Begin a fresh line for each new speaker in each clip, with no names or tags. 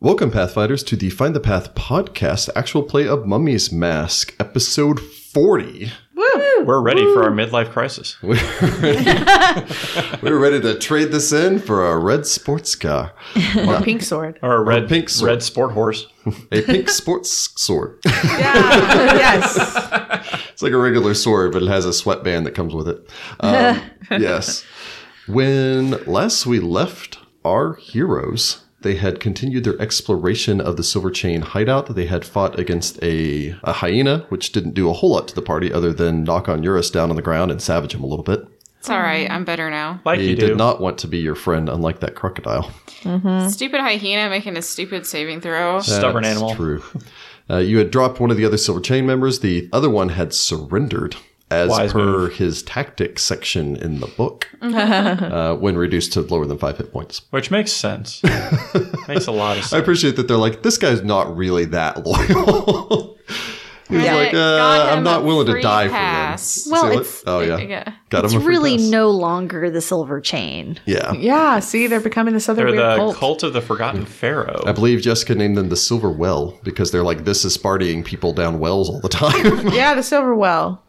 Welcome, Pathfinders, to the Find the Path podcast, actual play of Mummy's Mask, episode 40.
Woo! We're ready for our midlife crisis.
We're ready to trade this in for a red sports car,
Or pink sword.
Or a red
pink sword.
red sport horse.
a pink sports sword.
Yeah. yes.
It's like a regular sword, but it has a sweatband that comes with it. Um, yes. When last we left our heroes, they had continued their exploration of the Silver Chain hideout. They had fought against a, a hyena, which didn't do a whole lot to the party other than knock on Eurus down on the ground and savage him a little bit.
It's all right. I'm better now.
Like
He
you do.
did not want to be your friend, unlike that crocodile.
Mm-hmm.
Stupid hyena making a stupid saving throw.
Stubborn
That's
animal.
True. Uh, you had dropped one of the other Silver Chain members. The other one had surrendered, as
Wise
per
move.
his tactics section in the book, uh, when reduced to lower than five hit points.
Which makes sense. makes a lot of
I
sense.
appreciate that they're like, this guy's not really that loyal. He's
Yeah.
like,
It got
uh, I'm
him
not
a
willing to
free
die for
pass.
them.
Well,
Say what?
it's-
oh yeah,
yeah.
got
It's
him a free
really
pass.
no longer the silver chain.
yeah.
Yeah. See, they're becoming this other
They're
weird
the
cult.
cult. of the
Mm.
Forgotten Pharaoh.
I believe Jessica named them the Silver Well because they're like, this is partying people down wells all the time.
Yeah, the silver well.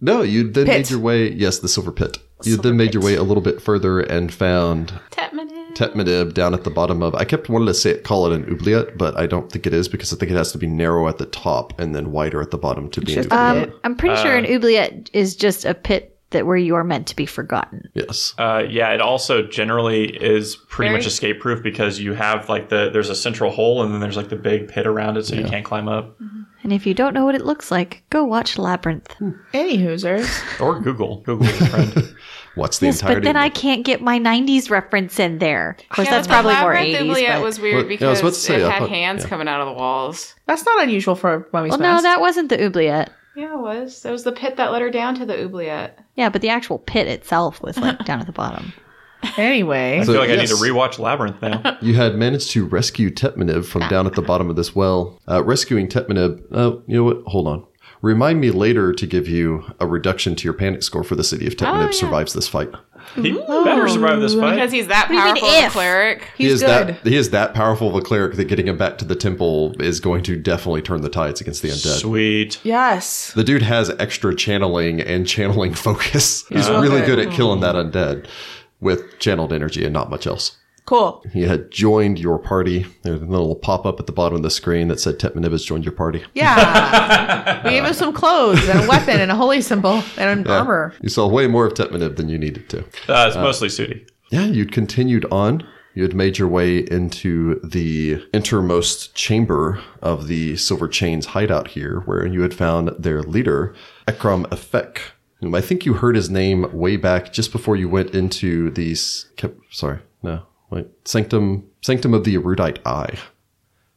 No, you then
Pit.
made your way. Yes, the silver pit. You then made your way a little bit further and found
Tetmanid.
Tetmadib down at the bottom of. I kept wanting to say it, call it an oubliette, but I don't think it is because I think it has to be narrow at the top and then wider at the bottom to be an oubliette.
Um, I'm pretty sure
uh,
an oubliette is just a pit that where you are meant to be forgotten.
yes.
Uh, yeah, it also generally is pretty
Very-
much escape proof because you have like the there's a central hole and then there's like the big pit around it so you can't climb up.
And if you don't know what it looks like, go watch Labyrinth.
Any hoosers.
Or Google. Google is a friend.
What's the
Yes,
entirety?
but then
of
I
the-
can't get my '90s reference in there. Of course,
Yeah,
that's
but
probably
the
more
Labyrinth
'80s.
Oubliette
But...
was
Well,
weird
yeah, I was
because
about to say,
it
I
had
thought-
hands
yeah.
coming out of the walls.
That's not unusual for mummy's
Well, no,
mask.
that wasn't the oubliette.
Yeah, it was. That was the pit that led her down to the oubliette.
Yeah, but the actual pit itself was like down at the bottom.
Anyway.
I feel like I need to
yes.
rewatch Labyrinth now.
You had managed to rescue Tetmanib from down at the bottom of this well. Uh, rescuing Tetmanib, uh, you know what? Hold on. Remind me later to give you a reduction to your panic score for the city if
Oh,
Tetmanib survives this fight.
He better survive this
Because
fight.
he's that
do you mean
powerful of a
if?
cleric.
he
He's
is
good.
that he is that powerful of a cleric that getting him back to the temple is going to definitely turn the tides against the undead.
Sweet.
Yes.
The dude has extra channeling and channeling focus. He's
real
really
good.
good at killing that undead with channeled energy and not much else.
Cool.
He had joined your party. There's a little pop up at the bottom of the screen that said Tetmanib has joined your party.
Yeah. we gave him some clothes and a weapon and a holy symbol and an armor.
You saw way more of Tetmanib than you needed to.
Uh, it's mostly Sudi.
Yeah, you'd continued on. You had made your way into the innermost chamber of the Silver Chains hideout here, where you had found their leader, Ekram Efek, whom I think you heard his name way back just before you went into the s- kept, sorry, no, wait, Sanctum Sanctum of the Erudite Eye.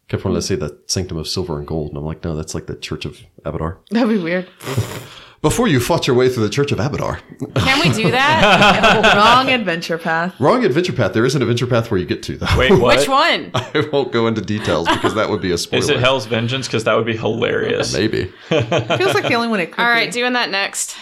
Kept wanting to say the Sanctum of Silver and Gold, and I'm like, no, that's like the Church of Abadar.
That'd be weird.
Before you fought your way through the Church of Abadar.
Can we do that?
Wrong adventure path.
Wrong adventure path. There is an adventure path where you get to, though.
Wait, what?
Which one?
I won't go into details because that would be a spoiler.
Is it Hell's Vengeance? Because that would be hilarious.
Maybe.
Feels like the only one it could
All
be.
right, doing that next.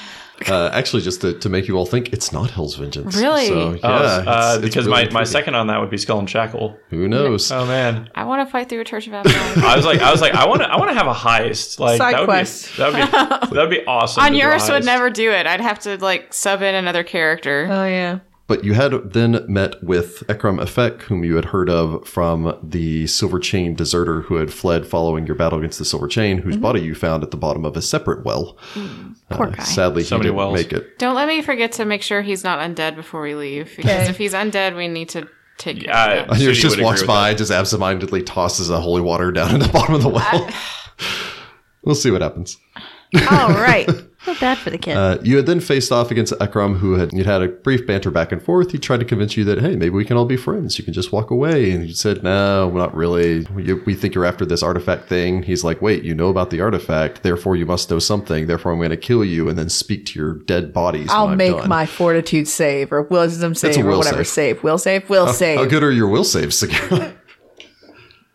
Uh, actually, just to, to make you all think, it's not Hell's Vengeance.
Really?
So, yeah,
Oh, uh,
it's- it's
because
really
my, my
intriguing.
second on that would be Skull and Shackle.
Who knows?
Oh man,
I want to fight through a church of Abaddon.
I was like, I was like, I want to, I want to have a heist. Like
Side
that would
quest.
be, that would be, that would be awesome.
On
to do a
Eurus would
heist.
never do it. I'd have to like sub in another character.
Oh, yeah.
But you had then met with Ekram Efek, whom you had heard of from the Silver Chain deserter who had fled following your battle against the Silver Chain, whose body you found at the bottom of a separate well.
Poor
Uh,
guy.
sadly,
So
he
many
didn't
wells.
make it.
Don't let me forget to make sure he's not undead before we leave. Because
Okay.
if he's undead, we need to take. care
Yeah,
of that.
I- Sudi
He
would
just
agree
walks
with
by, just absentmindedly tosses a holy water down in the bottom of the well. we'll see what happens.
All right.
So bad for the kid.
Uh, you had then faced off against Akram, who had you'd had a brief banter back and forth. He tried to convince you that hey, maybe we can all be friends. You can just walk away, and you said, "No, not really. We, we think you're after this artifact thing." He's like, "Wait, you know about the artifact, therefore you must know something. Therefore, I'm going to kill you and then speak to your dead bodies." when
I'll
I'm
make
done."
my fortitude save or wisdom
a
save or
will Oh,
whatever save. Will save, will save.
How good are your will saves? Sagira?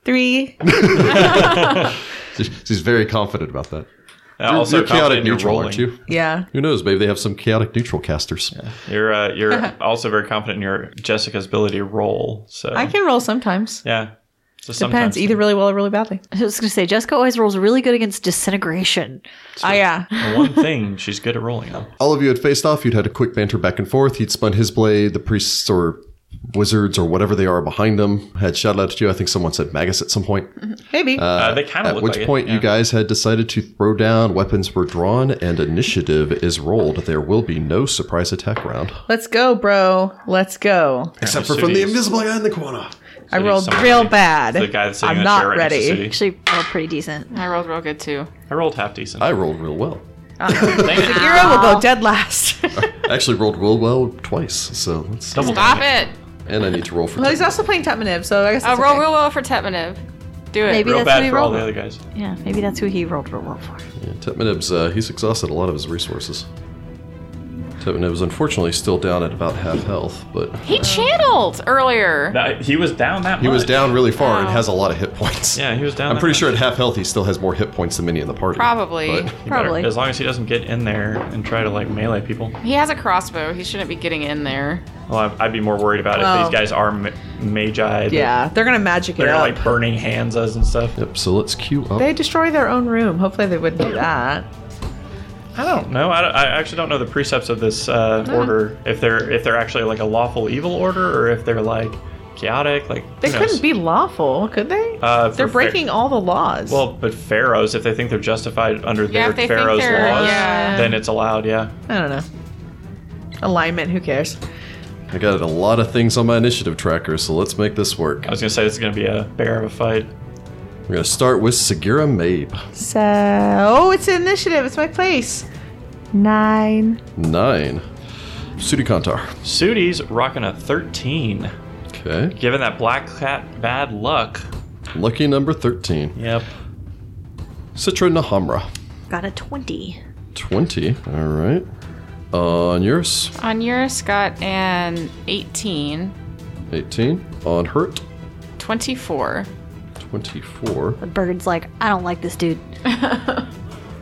Three.
She's very confident about that.
Uh, also,
you're chaotic
confident you're
neutral,
rolling.
aren't you?
Yeah.
Who knows? Maybe they have some chaotic neutral casters.
You're, uh, you're also very confident in your Jessica's ability to roll. So
I can roll sometimes.
yeah, So
Depends
sometimes
either really well or really badly.
I was going to say Jessica always rolls really good against disintegration.
Oh, yeah.
the one thing she's good at rolling on.
All of you had faced off. You'd had a quick banter back and forth. He'd spun his blade. The priests or wizards or whatever they are behind him had shouted out at you. I think someone said Magus at some point.
Maybe.
Uh, they kind of
At
look
which
like
point,
it.
you guys had decided to throw down. Weapons were drawn, and initiative is rolled. There will be no surprise attack round,
Let's go, bro. Let's go.
except for
Apparently
from the
Sudi's-
invisible guy in the corner.
I
Sudi's
rolled
somewhere
real
between-
bad.
The guy that's sitting
I'm
in the
not
chair right next to
Eh?
ready.
Sudi.
Actually, rolled pretty decent.
I rolled real good too.
I rolled half decent.
I rolled real well.
Dang it.
Hero will go dead last.
I actually rolled real well twice. So let's.
Double
Stop it!
damage.
And I need to roll for.
well, he's
tech.
also playing Tutmanev, so I guess.
Oh,
that's
roll
okay.
real well for Tetmanev. Do it.
Maybe
Real
that's what
bad
he
for all
rolled.
the other guys.
Yeah, maybe that's who he rolled real well for.
Yeah, Tetmanib's, uh, he's exhausted a lot of his resources. Tetmanib's unfortunately still down at about half health, but
He channeled earlier.
That- he was down that
he was
much.
down really far and has a lot of hit points.
Yeah, he was down.
I'm
that
pretty
much.
sure at half health he still has more hit points than many in the party.
Probably.
But
He better-
Probably.
As long as he doesn't get in there and try to like melee people.
He has a crossbow. He shouldn't be getting in there.
Well, I'd, I'd be more worried about
Well.
if these guys are ma- magi. that
Yeah, they're gonna magic it
They're
up.
like burning hands us and stuff.
Yep, so let's queue up.
They destroy their own room. Hopefully, they wouldn't do that.
I don't know. I, don't- I actually don't know the precepts of this uh, order. If they're if they're actually like a lawful evil order or if they're like chaotic. Like
They
who
couldn't
knows?
be lawful, could they?
Uh, for
they're
fair-
breaking all the laws.
Well, but pharaohs, if they think they're justified under
Yeah, if
their
they think
pharaoh's
they're-
laws,
yeah.
then it's allowed. Yeah.
I don't know. Alignment. Who cares?
I got a lot of things on my initiative tracker, so let's make this work.
I was gonna say this is gonna be a bear of a fight.
We're gonna start with Segura Mabe.
So, oh, it's an initiative. It's my place. Nine.
Nine. Sudikantar.
Sudi's rocking a 13.
Okay.
Given that black cat bad luck.
Lucky number 13.
Yep.
Citra Nahamra.
Got a 20.
20. Alright. On yours.
On Eurus got an 18,
18. On Hurt.
24.
24.
The bird's like, I don't like this dude.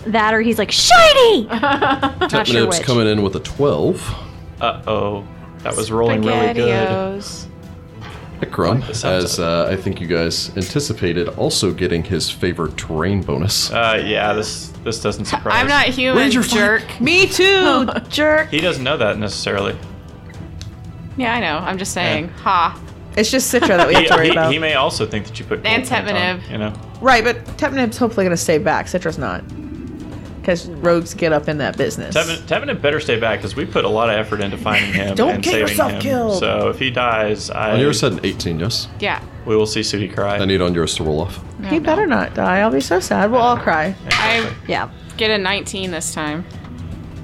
that or he's like, shiny! Not sure
Tetmanib's
which.
coming in with a 12.
Uh oh. That was rolling really good.
Spaghettios.
Ikram,
the sounds
as
of
uh, I think you guys anticipated, also getting his favorite terrain bonus.
Uh, yeah, this this doesn't surprise.
I'm not human,
Ranger fight.
jerk.
Me too, jerk.
He doesn't know that necessarily.
Yeah, I know. I'm just saying. Ha.
It's just Citra that we
He,
have to worry
he-
about.
he may also think that you put.
And
gold paint on,
Tetmanev.
You know.
Right, but Tepnib's hopefully going to stay back. Citra's not. Because rogues get up in that business.
Tevin, Tevin had better stay back because we put a lot of effort into finding him
Don't
and
get
saving
yourself
him.
killed.
So if he dies, I
On yours had an 18, yes?
Yeah.
we will see Sudi cry.
I need on yours to roll off.
he better not die. I'll be so sad. We'll all cry.
I
Yeah.
get a 19 this time.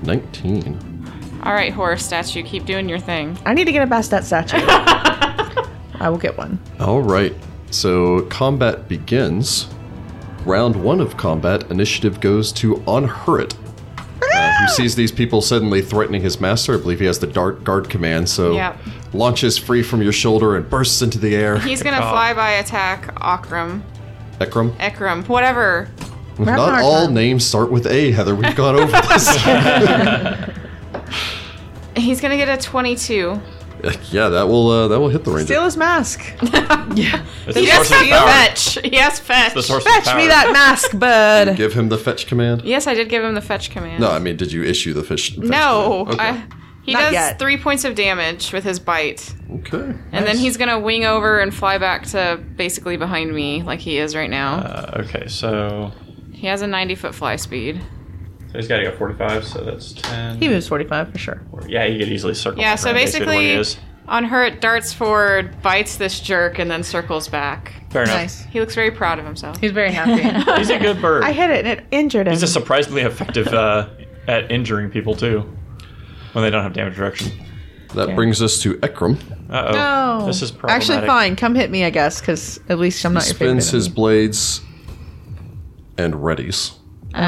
19.
All right, horror statue. Keep doing your thing.
I need to get a Bastet statue. I will get one.
All right. So combat begins. Round one of combat, initiative goes to Onhurrit, uh, who sees these people suddenly threatening his master. I believe he has the dart guard command, so
Yep.
launches free from your shoulder and bursts into the air.
He's gonna
Oh.
fly by attack Akram,
Ekram,
Ekram, whatever.
Not
Not
hard
all
time.
names start with A, Heather. We've gone over this.
He's gonna get a 22.
yeah, that will uh, that will hit the ranger.
Steal his mask.
It's
He
the
has
source of power.
fetch. He has fetch.
The source
Fetch
of power.
me that mask, bud.
Give him the fetch command.
Yes, I did give him the fetch command.
No, I mean, did you issue the fish? fetch
No. I,
command?
he
Not
does
yet.
three points of damage with his bite,
Okay. okay.
and then he's gonna wing over and fly back to basically behind me, like he is right now.
Uh, okay, so
he has a 90 foot fly speed.
so he's got to go 45, so that's 10.
He moves 45 for sure.
yeah, he could easily circle.
Yeah,
back
so
around. They should where he
basically-
is.
On her, it darts forward, bites this jerk, and then circles back.
fair enough.
Nice.
He looks very proud of himself.
He's very happy.
He's a good bird.
I hit it and it injured him.
He's a surprisingly effective uh, at injuring people too, when they don't have damage reduction.
That brings us to Ekram.
Uh oh.
no.
This is problematic.
Actually, fine. Come hit me, I guess, because at least I'm
He
not your favorite.
spins his
enemy.
blades and readies.
Oh,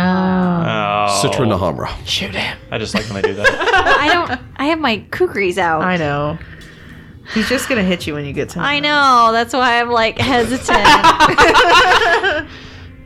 Citra Nahamra.
Shoot him.
I just like when they do that.
I don't. I have my kukris out.
I know. He's just going to hit you when you get to him.
I know. That's why I'm like hesitant.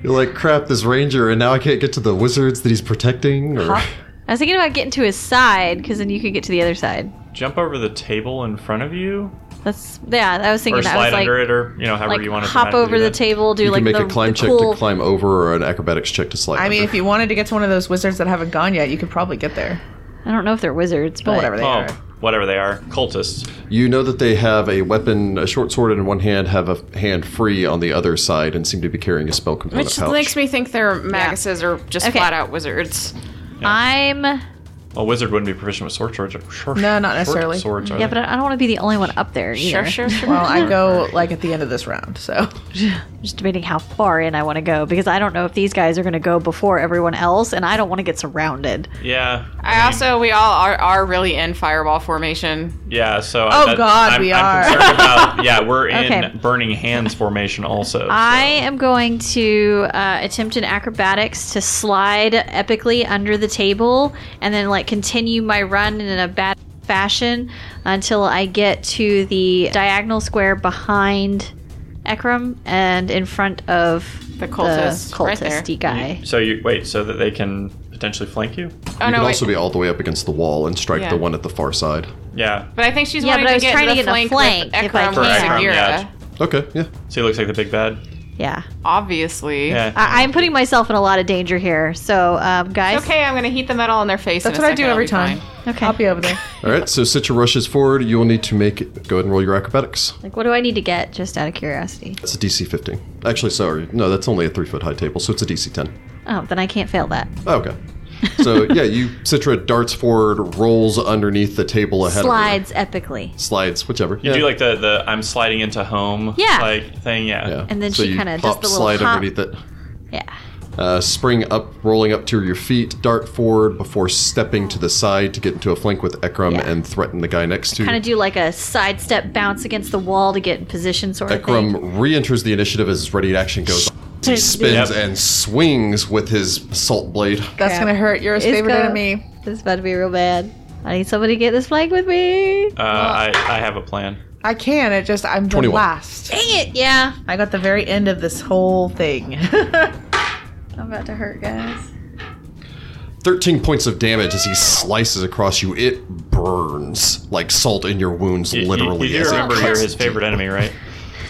You're like, crap, this ranger, and now I can't get to the wizards that he's protecting? Or...
I was thinking about getting to his side because then you could get to the other side.
Jump over the table in front of you.
That's yeah. I was thinking
or
that I was
slide
like,
under it, or you know, however
like
you want to
hop over the table, do
You
like
can make
the,
a climb
the
check
cool.
to climb over or an acrobatics check to slide.
I mean,
under.
if you wanted to get to one of those wizards that haven't gone yet, you could probably get there.
I don't know if they're wizards, but
But whatever they
Oh,
are.
whatever they are, cultists.
You know that they have a weapon, a short sword in one hand, have a hand free on the other side, and seem to be carrying a spell component
Which
pouch.
makes me think they're maguses or just
Okay.
flat out wizards.
I'm
Well, wizard wouldn't be proficient with sword swords. Or, short,
No, not necessarily.
Swords, are
yeah,
they?
but I don't want to be the only one up there either.
Sure, sure, sure.
Well, I go like at the end of this round, so
Just debating how far in I want to go because I don't know if these guys are going to go before everyone else, and I don't want to get surrounded.
yeah.
I also, we all are, are really in fireball formation.
Yeah, so
Oh, God, we are.
concerned about, yeah, we're in
Okay. Ah.
burning hands formation also. so-
I am going to uh, attempt an acrobatics to slide epically under the table and then like continue my run in a bad fashion until I get to the diagonal square behind Ekram and in front of
The cultist,
the
right there.
cultisty guy.
so you wait so that they can potentially flank you.
Oh
you
no,
can
wait.
also be all the way up against the wall and strike
Yeah.
the one at the far side.
Yeah.
but I think she's
Yeah,
wanting
but I
to
was
get
trying
the
to get a
flank,
flank
with
if I
Ekram
can.
and
For
Ekram,
Sagira.
yeah.
Okay, yeah.
So he looks like the big bad.
Mm-hmm.
Yeah.
Obviously.
Yeah.
I- I'm putting myself in a lot of danger here. So, um, guys.
Okay, I'm gonna heat the metal in their face.
that's
in
what
a
I do
second, I'll
every
be
time.
fine.
Okay.
I'll be over there.
All right, so Citra rushes forward. You will need to make. Go ahead and roll your acrobatics.
Like, what do I need to get just out of curiosity?
That's a DC 15. Actually, sorry. No, that's only a three foot high table, so it's a DC 10.
Oh, then I can't fail that.
Oh, okay. So, yeah, you. Citra darts forward, rolls underneath the table ahead of her.
Slides epically.
Slides, whichever.
You do like the, the I'm sliding into home
Yeah.
like thing, yeah.
Yeah.
and then
so
she
you
kinda does
pop
the little
slide
hop.
underneath it.
Yeah.
uh, spring up, rolling up to your feet, dart forward before stepping to the side to get into a flank with Ekram
Yeah.
and threaten the guy next to.
kind
you.
of do like a sidestep bounce against the wall to get in position, sort of thing.
Ekram re-enters the initiative as his ready to action goes. He spins
Yep.
and swings with his assault blade.
That's
Crap.
gonna hurt. You're a
It's
favorite
gonna-
enemy.
This is about to be real bad. I need somebody to get this flag with me.
Uh, I, I have a plan.
I can. It just I'm the
21.
last.
Dang it! Yeah,
I got the very end of this whole thing.
I'm about to hurt, guys.
Thirteen points of damage as he slices across you. It burns like salt in your wounds,
You- you-
literally.
You, do
as it
remember you're
cuts
his favorite enemy, right?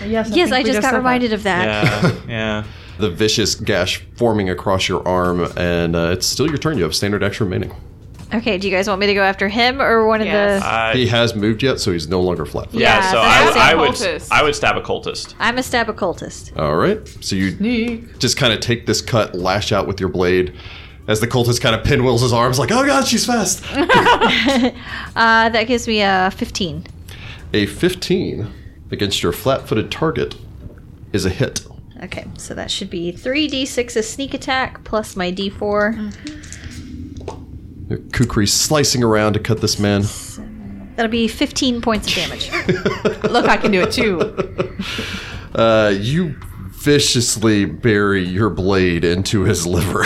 yes.
Yes, I just got reminded of that.
Yeah. Yeah.
The vicious gash forming across your arm, and uh, it's still your turn. You have standard action remaining.
Okay, do you guys want me to go after him or one
Yes.
of the?
I,
He has moved yet, so he's no longer flat.
Yeah,
yeah, so
so
I,
that's
would-
a
I would
cultist.
I would stab a cultist.
I'm a stab occultist.
All right. So you just kind of take this cut, lash out with your blade. As the cultist kind of pinwheels his arms, like, oh god, she's fast.
Uh, that gives me a 15.
a 15 against your flat footed target is a hit.
Okay, so that should be three d6 of sneak attack plus my d4.
Kukri slicing around to cut this man.
That'll be 15 points of damage.
Look, I can do it too.
Uh, you viciously bury your blade into his liver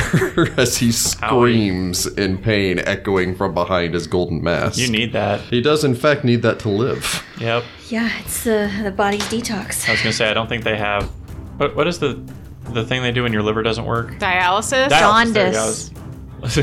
as he screams in pain, echoing from behind his golden mask.
You need that.
he does, in fact, need that to live.
Yep.
yeah, it's the the body's detox.
I was gonna say I don't think they have. What what is the the thing they do when your liver doesn't work?
Dialysis.
Dialysis, there you
Jaundice.
go.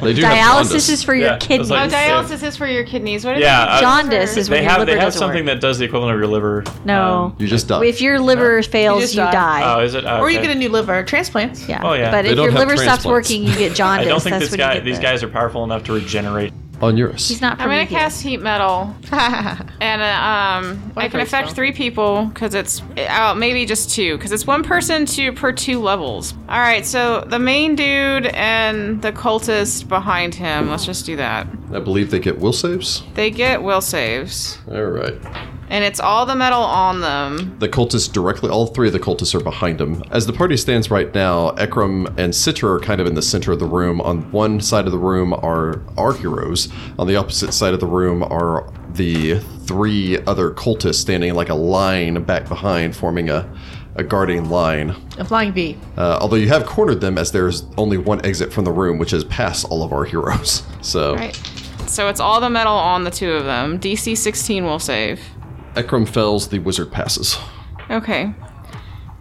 They do have jaundice.
Dialysis is for
Yeah,
your
it's
kidneys.
oh,
like-
dialysis is for your kidneys. What is
Yeah,
it?
uh,
Jaundice is
they
when your
have
liver
they have
doesn't
something
work.
that does the equivalent of your liver. Um,
No.
You just die.
if your liver fails,
You
you,
just
die.
die.
Oh, is it? Oh,
Or you
okay.
get a new liver transplant.
yeah.
oh, yeah.
But
They
if
don't
your
have
liver stops
transplants.
working, you get jaundice.
I don't think
That's
this
when
guy
you get
these
the-
guys are powerful enough to regenerate.
on Eurus.
He's not.
I'm gonna
Prometheus.
cast heat metal, and uh, um, I can
Why
affect
first,
three people because it's uh, maybe just two because it's one person to per two levels. All right, so the main dude and the cultist behind him. Let's just do that.
I believe they get will saves.
They get will saves,
All right.
and it's all the metal on them.
The cultists directly, all three of the cultists are behind him. As the party stands right now, Ekram and Citra are kind of in the center of the room. On one side of the room are our heroes. On the opposite side of the room are the three other cultists standing in like a line back behind, forming a, a guarding line.
A flying bee.
Uh, although you have cornered them, as there's only one exit from the room, which is past all of our heroes. So
Right. So it's all the metal on the two of them. DC 16 will save.
Ekram fells, the wizard passes.
Okay.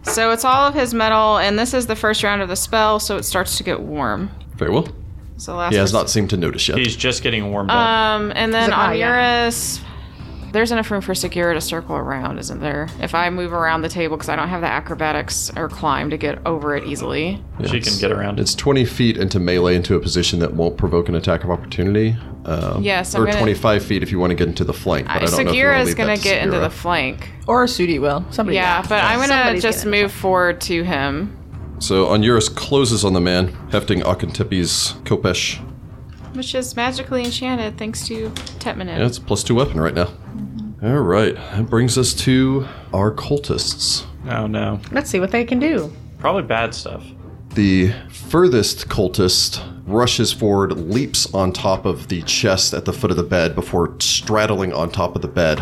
So it's all of his metal, and this is the first round of the spell, so it starts to get warm.
Very well.
So last.
He has
person-
not seemed to notice yet.
Uh,
He's just getting warmed up.
Um, and then
Is it- oh,
on
yeah.
Eurus, There's enough room for Segura to circle around, isn't there? If I move around the table because I don't have the acrobatics or climb to get over it easily.
She can get around it.
It's 20 feet into melee into a position that won't provoke an attack of opportunity. Um,
Yes, I'm
or
gonna-
25 feet if you want to get into the flank. But I, don't know if you
Segura
wanna
is
leave
going
that
to
to
get into the
Segura.
flank.
Or Sudi will. Somebody.
Yeah,
will.
but I'm going to
Somebody's
just
gonna-
move forward to him.
So Onuris closes on the man, hefting Akintepi's Kopesh.
Which is magically enchanted thanks to Tetmanin.
Yeah, it's a plus two weapon right now. All right, that brings us to our cultists.
Oh no.
Let's see what they can do.
Probably bad stuff.
The furthest cultist rushes forward, leaps on top of the chest at the foot of the bed before straddling on top of the bed.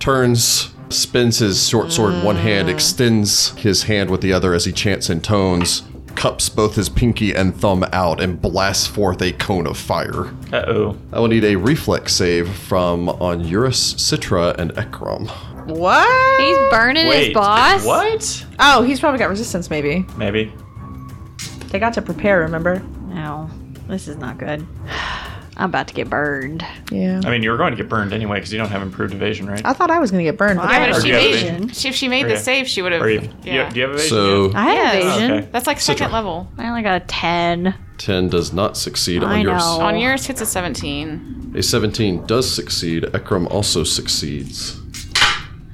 Turns, spins his short sword in one hand,
Mm.
extends his hand with the other as he chants in tones, cups both his pinky and thumb out, and blasts forth a cone of fire.
Uh oh.
I will need a reflex save from Onuris, Citra, and Ekrom.
What?
He's burning his
Wait.
boss.
What?
Oh, he's probably got resistance. Maybe
Maybe.
they got to prepare. Remember?
No, this is not good. I'm about to get burned.
Yeah.
I mean, you were going to get burned anyway because you don't have improved evasion, right?
I thought I was gonna get burned. but
Yeah, but
have
if she
you have
evasion.
made, she- if she made the
Okay.
save, she would have.
Or you,
Yeah.
you- do you have evasion?
So
I have
Yes.
evasion.
Okay.
That's like second
Citra.
level.
I only got a ten.
10 does not succeed
I
on yours.
know.
On yours, hits a 17.
A 17 does succeed. Ekram also succeeds.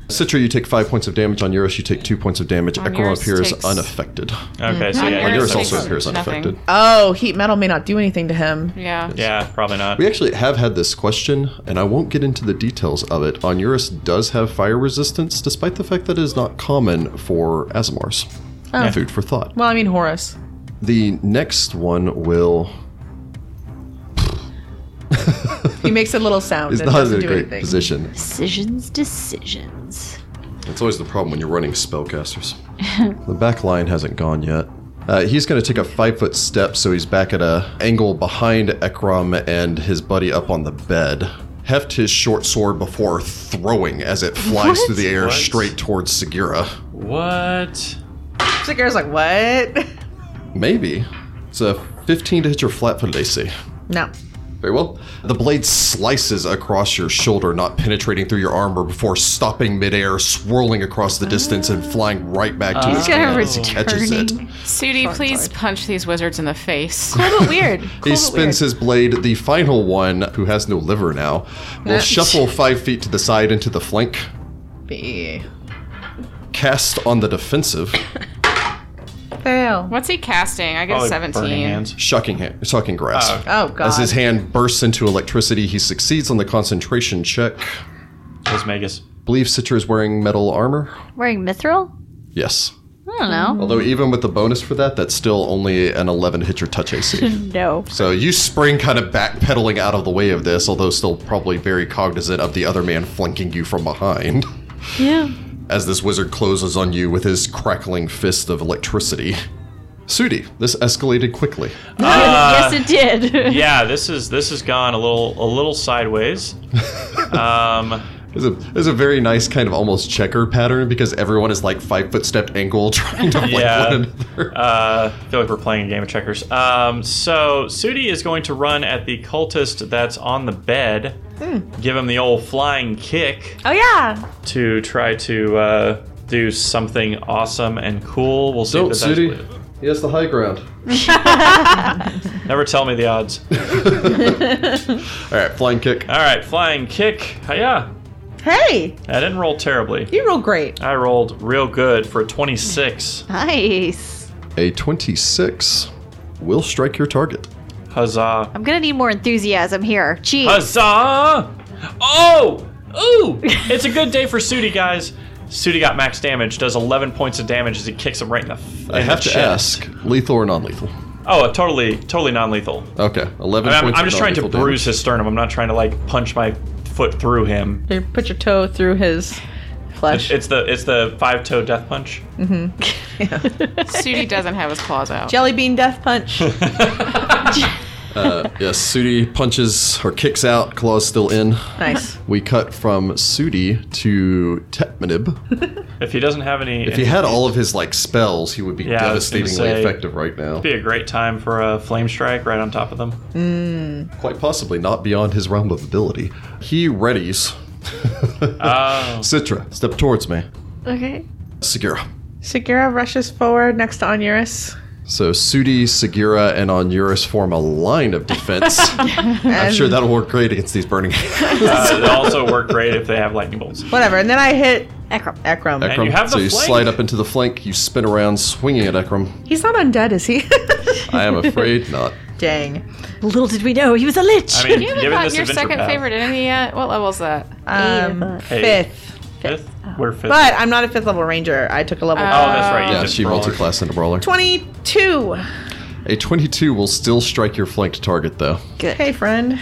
Citra, you take five points of damage. On Eurus, you take two points of damage. Ekram
Onuris
appears
takes-
unaffected.
Okay, so
Onuris
yeah. you're
Eurus
takes
still-
also appears
nothing.
unaffected.
Oh, heat metal may not do anything to him.
Yeah.
Yeah, probably not.
We actually have had this question, and I won't get into the details of it. Onuris does have fire resistance, despite the fact that it is not common for Azamars. Food for thought.
Oh. Well, I mean Horus.
The next one will.
He makes a little sound.
is
that
not in
doesn't
a
do
great
anything.
position.
Decisions, decisions.
It's always the problem when you're running spellcasters. the back line hasn't gone yet. Uh, he's going to take a five foot step, so he's back at a angle behind Ekram and his buddy up on the bed. Heft his short sword before throwing as it flies through the air
What?
straight towards Segura.
What?
Sigur's like, what?
Maybe. It's a 15 to hit your flat footed AC.
No.
Very well. The blade slices across your shoulder, not penetrating through your armor, before stopping midair, swirling across the distance, and flying right back to his
He's gonna
hand. Etches it.
returning.
Sudi, please punch these wizards in the face.
Cool but weird. Cool
He
but
spins
weird.
his blade. The final one, who has no liver now, will shuffle five feet to the side into the flank,
Be-
cast on the defensive,
Fail.
What's he casting? I get
Probably
a 17.
burning hands.
shocking, hand, shocking grasp.
Oh,
Oh god.
As his hand bursts into electricity, he succeeds on the concentration check.
Those Magus.
Believe Citra is wearing metal armor.
Wearing mithril?
Yes.
I don't know.
Although even with the bonus for that, that's still only an 11 to hit your touch AC.
No.
so you spring kind of backpedaling out of the way of this, although still probably very cognizant of the other man flanking you from behind.
Yeah.
as this wizard closes on you with his crackling fist of electricity. Sudi, this escalated quickly.
yes, it did.
Yeah, this is this has gone a little a little sideways. Um,
There's a, there's a very nice kind of almost checker pattern because everyone is like five foot step angle trying to flank
Yeah.
one another.
uh, I feel like we're playing a game of checkers. Um, so Sudi is going to run at the cultist that's on the bed, give him the old flying kick
oh yeah.
to try to uh, do something awesome and cool. We'll see
Don't,
if that's
Sudi. He has the high ground.
Never tell me the odds.
All right, flying kick.
All right, flying kick. Yeah,
Hey,
I didn't roll terribly.
you roll great.
I rolled real good for a 26.
Nice.
A 26 will strike your target.
Huzzah.
I'm gonna need more enthusiasm here. Jeez.
Huzzah! Oh! Ooh! It's a good day for Sudi, guys. Sudi got max damage, does 11 points of damage as he kicks him right in the f-
I
in
have
the
to
chin.
ask lethal or non lethal?
Oh, totally, totally non-lethal.
Okay, 11
I'm,
points
I'm
of
just trying to
non-lethal damage.
bruise his sternum. I'm not trying to like punch my foot through him.
You put your toe through his flesh.
It's the it's the five toe death punch.
Sudi doesn't have his claws out.
Jelly bean death punch.
Uh, yes, Sudi punches or kicks out, claws still in.
nice.
We cut from Sudi to Tetmanib.
If he doesn't have any,
If he had all of his like spells, he would be
Yeah, I was gonna
devastatingly
say-
effective right now.
it'd be a great time for a flame strike right on
Mm.
top of them.
Quite possibly not beyond his realm of ability. He readies
Oh.
Citra, step towards me.
Okay.
Segura.
Segura rushes forward next to Onuris.
So Sudi, Segura, and Onuris form a line of defense. I'm sure that'll work great against these burning.
Uh, it also work great if they have lightning bolts.
Whatever. And then I hit
Ekram.
Ekram.
And you have
so
the
you
flank.
slide up into the flank, you spin around, swinging at Ekram.
He's not undead, is he?
I am afraid not.
Dang.
Little did we know he was a lich.
I mean,
You haven't
given
gotten
this
your
adventure
second
path-
favorite enemy yet. What level is that?
Um,
Hey.
fifth.
Fifth? We're fifth.
But I'm not a fifth level ranger. I took a level.
oh, that's right. you
Yeah,
just
she
rolled.
multi-classed into brawler.
22.
A 22 will still strike your flanked target, though.
Hey, friend.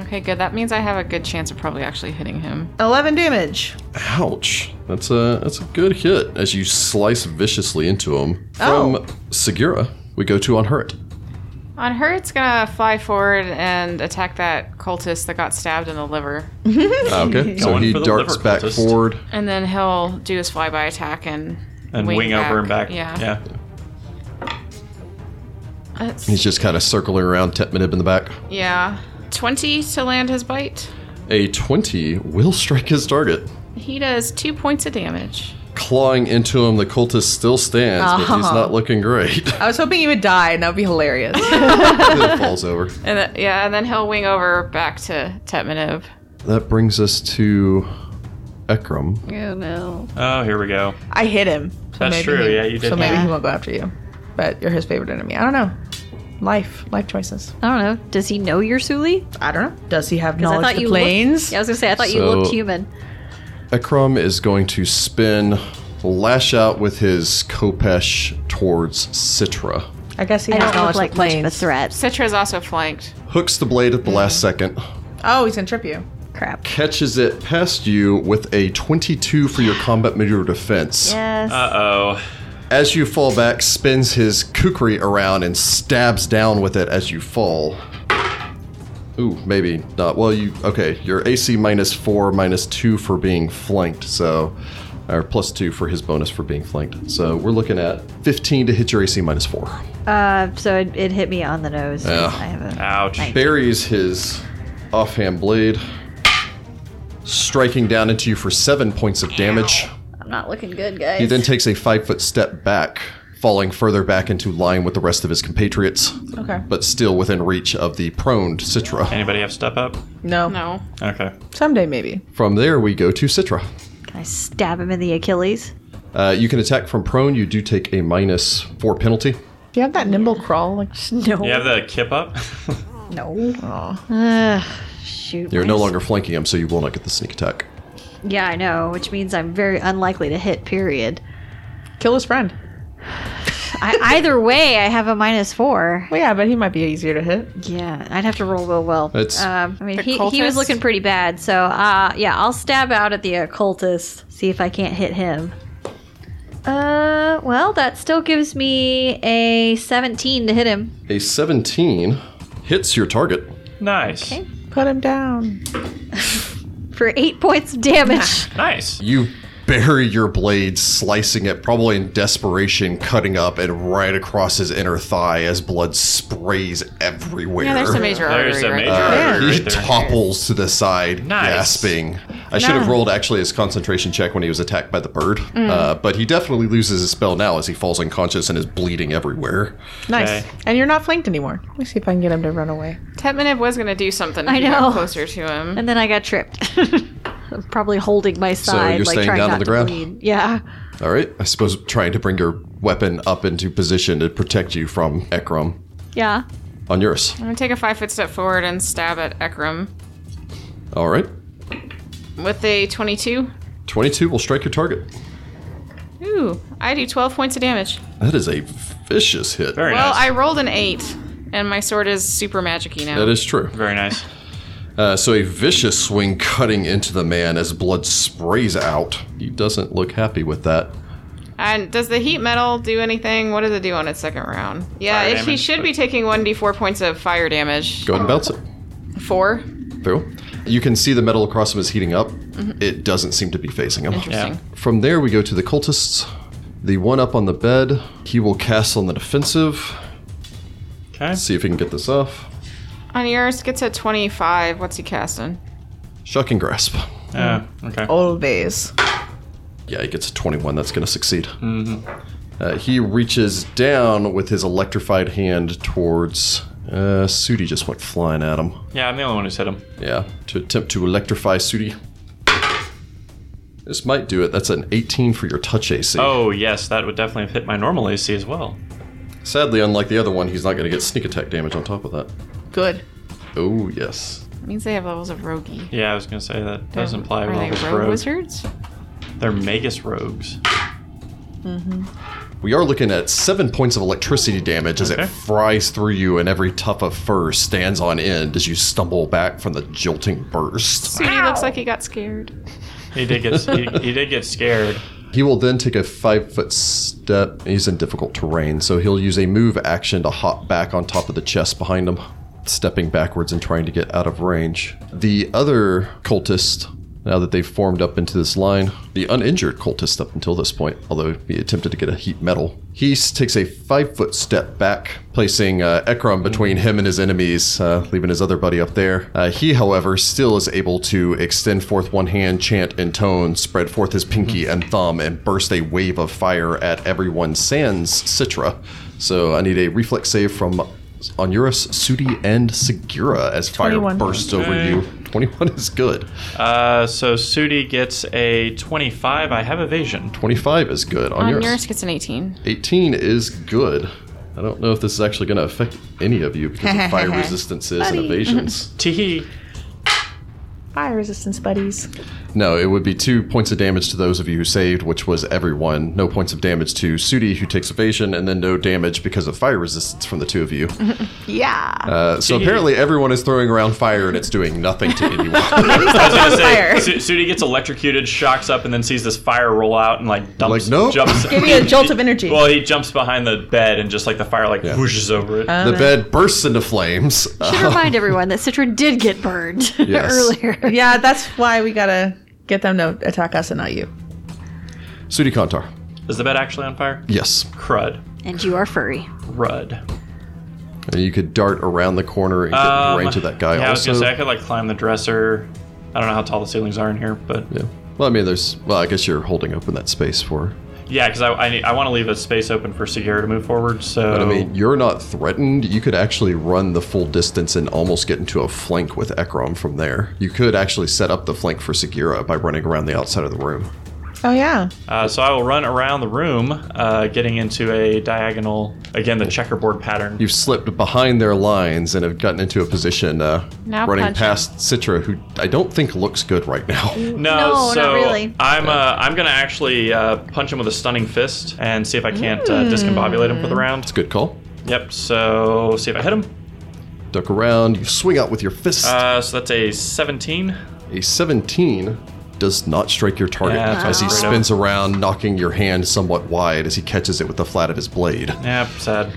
Okay, good. That means I have a good chance of probably actually hitting him.
11 damage.
Ouch! That's a that's a good hit as you slice viciously into him. From
Oh.
Segura, we go to Unhurt.
On her, it's gonna fly forward and attack that cultist that got stabbed in the liver,
Okay, so
Going
he
for the
darts
liver
back
cultist.
forward.
and then he'll do his flyby attack and
And wing, over and back.
Yeah.
Yeah.
That's-
He's just kind of circling around, Tetmanib in the back.
yeah. Twenty to land his bite.
A 20 will strike his target.
He does two points of damage.
Clawing into him, the cultist still stands, but he's not looking great.
I was hoping he would die, and that would be hilarious.
it falls over.
And th- yeah, and then he'll wing over back to Tetmanov.
That brings us to Ekram.
Oh no.
Oh, here we go.
I hit him. So
That's true,
He,
yeah, you did
So maybe
hit
he
him.
won't go after you. But you're his favorite enemy. I don't know. Life, life choices.
I don't know. Does he know you're Suli?
I don't know. Does he have
'Cause I
knowledge
thought
of the
you
planes?
Looked, yeah, I was gonna say I thought you
So-
looked human.
Ekram is going to spin, lash out with his Kopesh towards Citra.
I guess he
I
has
don't look
knowledge
like
of the
much of a
planes.
threat.
Citra's also flanked.
Hooks the blade at the last second,
Oh, he's gonna trip you.
Crap.
catches it past you with a 22 for your combat maneuver defense.
Yes.
Uh oh.
As you fall back, spins his kukri around and stabs down with it as you fall. Ooh, maybe not. Well, you okay? Your AC minus four, minus two for being flanked, so or plus two for his bonus for being flanked. So we're looking at 15 to hit your AC minus four.
Uh, so it, it hit me on the nose.
Yeah.
I have a,
Ouch.
Nice.
Buries his offhand blade, striking down into you for seven points of damage.
I'm not looking good, guys.
He then takes a five foot step back, falling further back into line with the rest of his compatriots.
Okay.
but still within reach of the prone Citra.
Anybody have step up?
No.
No.
Okay.
Someday maybe.
From there, we go to Citra.
Can I stab him in the Achilles?
Uh, you can attack from prone. You do take a minus four penalty.
Do you have that nimble crawl? Like,
No.
You have the kip up?
no. Aw.
Ugh, shoot.
You're
my
no
s-
longer flanking him, so you will not get the sneak attack.
Yeah, I know. Which means I'm very unlikely to hit. Period.
Kill his friend.
I, either way, I have a minus four.
Well, yeah, but he might be easier to hit.
Yeah, I'd have to roll real well.
It's-
um, I mean,
The
he, he was
cultist?
looking pretty bad, so uh, yeah, I'll stab out at the occultist, see if I can't hit him. Uh, well, that still gives me a 17 to hit him.
A 17 hits your target.
nice.
Put him down.
for eight points of damage.
Nice.
You bury your blade, slicing it, probably in desperation, cutting up and right across his inner thigh as blood sprays everywhere.
Yeah, there's a major
There's
artery
a
right
major
there.
Uh,
artery
he
right there.
topples to the side,
Nice.
gasping. I should have rolled actually his concentration check when he was attacked by the bird,
Mm.
uh, but he definitely loses his spell now as he falls unconscious and is bleeding everywhere.
Nice.
Okay.
And you're not flanked anymore. Let me see if I can get him to run away.
Tetmanov was gonna do something. If
I
I know.
know.
Got closer to him.
and then I got tripped. I'm probably holding my side,
you're
like
staying
trying
down
not
on the
to
ground?
bleed. Yeah.
All right, I suppose trying to bring your weapon up into position to protect you from Ekram
Yeah.
on yours.
I'm gonna take a five foot step forward and stab at Ekram
All right,
with a 22.
twenty-two will strike your target.
Ooh, I do 12 points of damage.
That is a vicious hit.
Very
Well,
nice.
I rolled an 8, and my sword is super magicy now.
That is true.
Very nice.
Uh, so a vicious swing cutting into the man as blood sprays out. He doesn't look happy with that.
And does the heat metal do anything? What does it do on its second round? Yeah,
Fire
it, he
damage.
should be taking 1d4 points of fire damage.
Go ahead and bounce it.
Four.
Through. You can see the metal across him is heating up. It doesn't seem to be facing him.
Interesting.
From there, we go to the cultists. The one up on the bed, he will cast on the defensive.
Okay.
See if he can get this off.
On yours, gets a 25. What's he casting?
Shocking grasp.
Yeah. Okay.
Always.
Yeah, he gets a 21. That's going to succeed. Uh, he reaches down with his electrified hand towards. Uh, Sudi just went flying at him.
Yeah, I'm the only one who's hit him.
Yeah, to attempt to electrify Sudi. This might do it. That's an 18 for your touch AC.
Oh yes, that would definitely have hit my normal AC as well.
Sadly, unlike the other one, he's not going to get sneak attack damage on top of that.
Good.
Oh, yes.
It means they have levels of roguey.
Yeah, I was gonna say that does imply
Are they
levels
rogue
rogue.
wizards?
They're magus rogues.
We are looking at seven points of electricity damage as
Okay.
it fries through you, and every tuft of fur stands on end as you stumble back from the jolting burst.
Sudi looks like he got scared.
He did get he, he did get scared.
He will then take a five foot step. He's in difficult terrain, so he'll use a move action to hop back on top of the chest behind him, stepping backwards and trying to get out of range. The other cultist, now that they've formed up into this line, the uninjured cultist up until this point, although he attempted to get a heat metal, he s- takes a five foot step back, placing uh, Ekram between him and his enemies, uh, leaving his other buddy up there. Uh, he, however, still is able to extend forth one hand, chant in tone, spread forth his pinky and thumb, and burst a wave of fire at everyone sans Citra. So I need a reflex save from Onuris, Sudi, and Segura as fire
21.
bursts over
Okay.
you. 21 is good.
Uh, so Sudi gets a 25. I have evasion.
25 is good.
On
Onuris.
Nurse gets an 18.
18 is good. I don't know if this is actually going to affect any of you because of fire resistances and evasions.
Teehee.
Fire resistance buddies.
No, it would be two points of damage to those of you who saved, which was everyone. No points of damage to Sudi, who takes evasion, and then no damage because of fire resistance from the two of you.
Yeah.
Uh, so apparently, everyone is throwing around fire and it's doing nothing to anyone.
I was gonna
fire.
say, Su- Sudi gets electrocuted, shocks up, and then sees this fire roll out and like dumps.
Like, nope.
jumps,
Give me a jolt of energy.
Well, he jumps behind the bed and just like the fire like
Yeah.
whooshes over
Uh.
it.
the bed bursts into flames. Uh,
Should remind everyone that Citra did get burned
Oh. Yes.
earlier.
yeah, that's why we gotta get them to attack us and not you.
Sudi Kantar.
Is the bed actually on fire?
Yes.
Crud.
And you are furry.
Crud.
And you could dart around the corner and get in the range of that guy
Um, Yeah, I was
also.
gonna say I could like climb the dresser. I don't know how tall the ceilings are in here, but
yeah. Well, I mean, there's. Well, I guess you're holding open that space for
yeah, because I I, need- I want to leave a space open for Segura to move forward. So
But I mean, you're not threatened. You could actually run the full distance and almost get into a flank with Ekrom from there. You could actually set up the flank for Segura by running around the outside of the room.
Oh yeah.
Uh, so I will run around the room, uh, getting into a diagonal, again, the checkerboard pattern.
You've slipped behind their lines and have gotten into a position uh,
Now
running
punch
past Citra, who I don't think looks good right now.
no,
No, not
so
really.
I'm uh, I'm gonna actually uh, punch him with a stunning fist and see if I can't uh, discombobulate him for the round.
Good call.
Yep. So see if I hit him.
Duck around. You swing out with your fist.
Uh, so that's a 17.
a 17 does not strike your target
Yeah, that's
as he
right.
spins around, knocking your hand somewhat wide as he catches it with the flat of his blade.
Yep. Sad.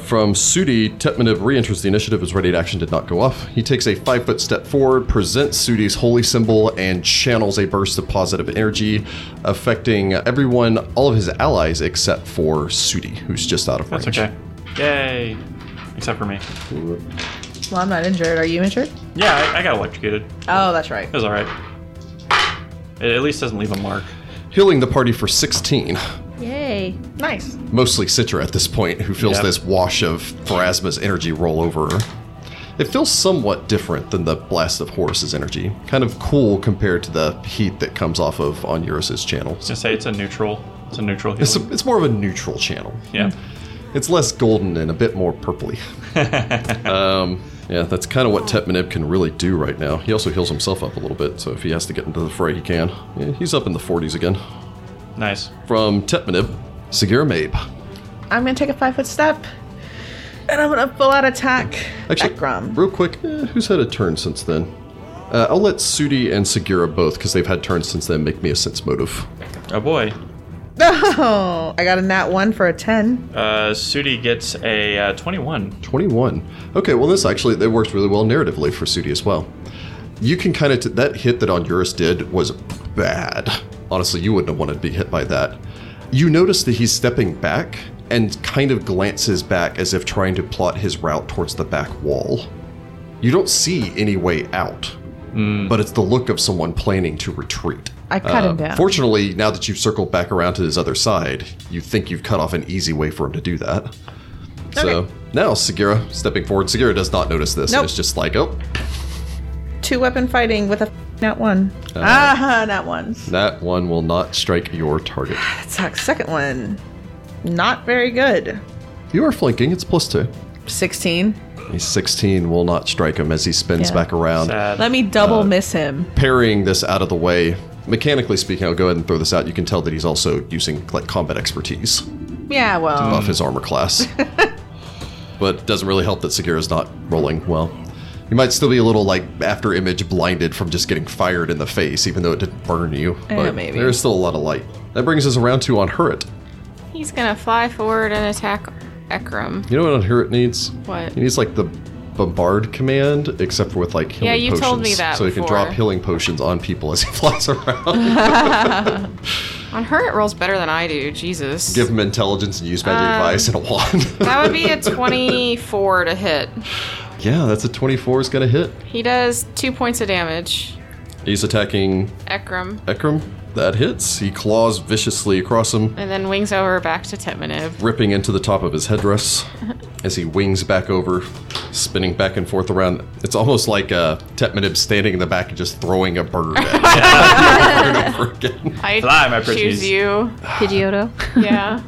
From Sudi, Tetmanib re-enters the initiative as ready to action did not go off. He takes a five-foot step forward, presents Sudi's holy symbol, and channels a burst of positive energy, affecting everyone, all of his allies except for Sudi, who's just out of
That's
range.
okay. Yay. Except for me.
Well, I'm not injured. Are you injured?
Yeah, I, I got electrocuted. It
Oh, that's right.
was all right. It at least doesn't leave a mark.
Healing the party for 16,
Yay.
Nice.
mostly Citra at this point, who feels
Yep.
this wash of Pharasma's energy roll over her. It feels somewhat different than the blast of Horus's energy, kind of cool compared to the heat that comes off of Onurus's channels.
I was gonna say it's a neutral. It's a neutral healing.
It's, a, it's more of a neutral channel.
yeah.
It's less golden and a bit more purpley. um, yeah, that's kind of what Tetmanib can really do right now. He also heals himself up a little bit, so if he has to get into the fray, he can. Yeah, he's up in the 40s again.
Nice.
From Tetmanib, Segura Mabe.
I'm gonna take a five foot step, and I'm gonna full out attack.
Actually,
Ekram.
real quick, eh, who's had a turn since then? Uh, I'll let Sudi and Segura both, because they've had turns since then, make me a sense motive.
Oh boy.
Oh, I got a nat one for a ten.
Uh, Sudi gets a uh, 21.
21. Okay, well, this actually that works really well narratively for Sudi as well. You can kind of t- that hit that Onuris did was bad. Honestly, you wouldn't have wanted to be hit by that. You notice that he's stepping back and kind of glances back as if trying to plot his route towards the back wall. You don't see any way out. but it's the look of someone planning to retreat. Uh,
I cut him down.
Fortunately, now that you've circled back around to his other side, you think you've cut off an easy way for him to do that. So now Sagira stepping forward. Sagira does not notice this.
Nope.
And it's just like, oh,
Two weapon fighting with a not one.
Uh.
Ah, not one.
that one will not strike your target.
That sucks. Second one, not very good.
You are flanking. It's plus two.
Sixteen.
A 16 will not strike him as he spins
Yeah.
back around.
Sad.
Let me double
Uh.
miss him.
Parrying this out of the way, mechanically speaking, I'll go ahead and throw this out. You can tell that he's also using like combat expertise
Yeah, well,
off his armor class. but it doesn't really help that Sagira's not rolling well. You might still be a little like after image blinded from just getting fired in the face, even though it didn't burn you.
Eh,
But
maybe.
there's still a lot of light. That brings us around to Unhurt.
He's gonna fly forward and attack Ekram.
You know what Unhurt needs?
What?
He needs like the bombard command, except for with like healing
Yeah,
potions.
you told me that
So he can
before.
drop healing potions on people as he flies around.
On her, it rolls better than I do. Jesus.
Give him intelligence and use magic advice and a wand.
Um, that would be a 24 to hit.
yeah, that's a 24 is going to hit.
He does two points of damage.
He's attacking
Ekram.
Ekram. That hits. He claws viciously across him,
And then wings over back to Tetmanev.
ripping into the top of his headdress as he wings back over, spinning back and forth around. It's almost like uh, Tetmanib standing in the back and just throwing a bird at him over and over again.
I
Fly, my
choose
pretties.
you.
Pidgeotto.
Yeah.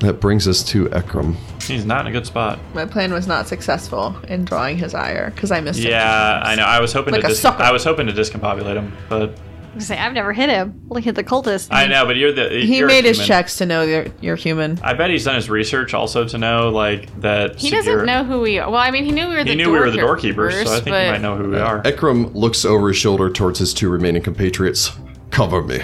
That brings us to Ekram.
He's not in a good spot.
my plan was not successful in drawing his ire because I missed. him.
Yeah, I know. I was hoping
Like
to
a
dis-
sucker.
I was hoping to discombobulate him, but
I say I've never hit him. Look at the cultist.
I know. But you're the
He
you're a
made his
human. Uh.
checks to know you're, you're human.
I bet he's done his research also to know like that.
He doesn't know who we are. Well, I mean, he knew we were the
He knew we were the doorkeepers,
doorkeepers,
so I think
but
he might know who we are.
Ekram looks over his shoulder towards his two remaining compatriots. Cover me.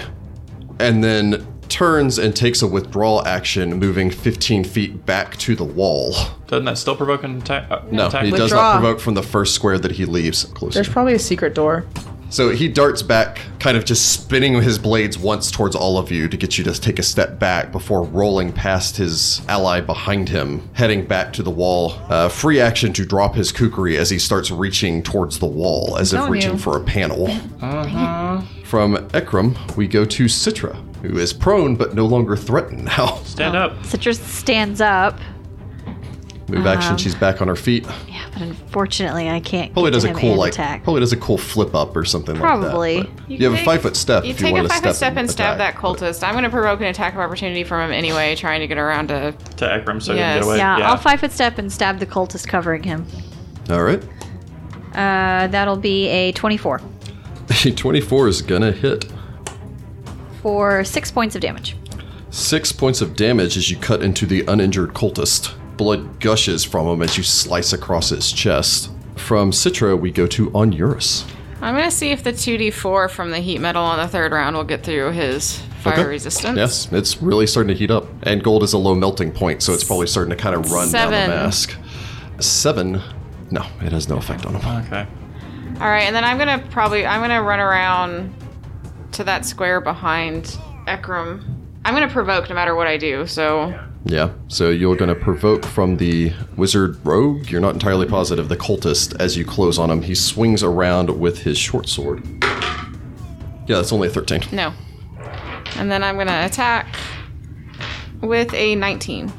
And then turns and takes a withdrawal action, moving 15 feet back to the wall.
Doesn't that still provoke an attack? uh,
No,
attack?
he does
Withdraw.
not provoke from the first square that he leaves closer.
There's probably a secret door.
So he darts back, kind of just spinning his blades once towards all of you to get you to take a step back before rolling past his ally behind him, heading back to the wall. Uh, free action to drop his kukri as he starts reaching towards the wall, as if
telling
reaching
you.
for a panel.
Uh-huh.
From Ekram, we go to Citra, who is prone but no longer threatened now.
Stand up.
Citrus stands up.
Move action, she's back on her feet.
Yeah, but unfortunately, I can't.
Probably
get
does
to
a
him
cool
and
like
attack.
probably does a cool flip up or something
Probably.
like that. but You, have a
take-
five foot step.
You
if you
take
want
a
to
five
step
foot step and stab
attack,
that
but-
cultist. I'm going to provoke an attack of opportunity from him anyway, trying to get around to.
to Ekram so he
Yes.
can get away.
yeah, I'll five foot step and stab the cultist covering him.
All right.
Uh, that'll be a 24
A 24 is gonna hit.
for six points of damage.
Six points of damage as you cut into the uninjured cultist. Blood gushes from him as you slice across his chest. From Citra, we go to Onuris.
I'm going to see if the 2d4 from the heat metal on the third round will get through his fire
Okay.
resistance.
Yes, it's really starting to heat up. And gold is a low melting point, so it's probably starting to kind of run down
Seven.
the mask. Seven. No, it has no effect on him.
Okay.
All right, and then I'm going to probably I'm going to run around to that square behind Ekram. I'm going to provoke no matter what I do. So
Yeah, so you're going to provoke from the wizard rogue. You're not entirely positive. The cultist, as you close on him, he swings around with his short sword. Yeah, that's only a 13.
no. And then I'm going to attack with a 19.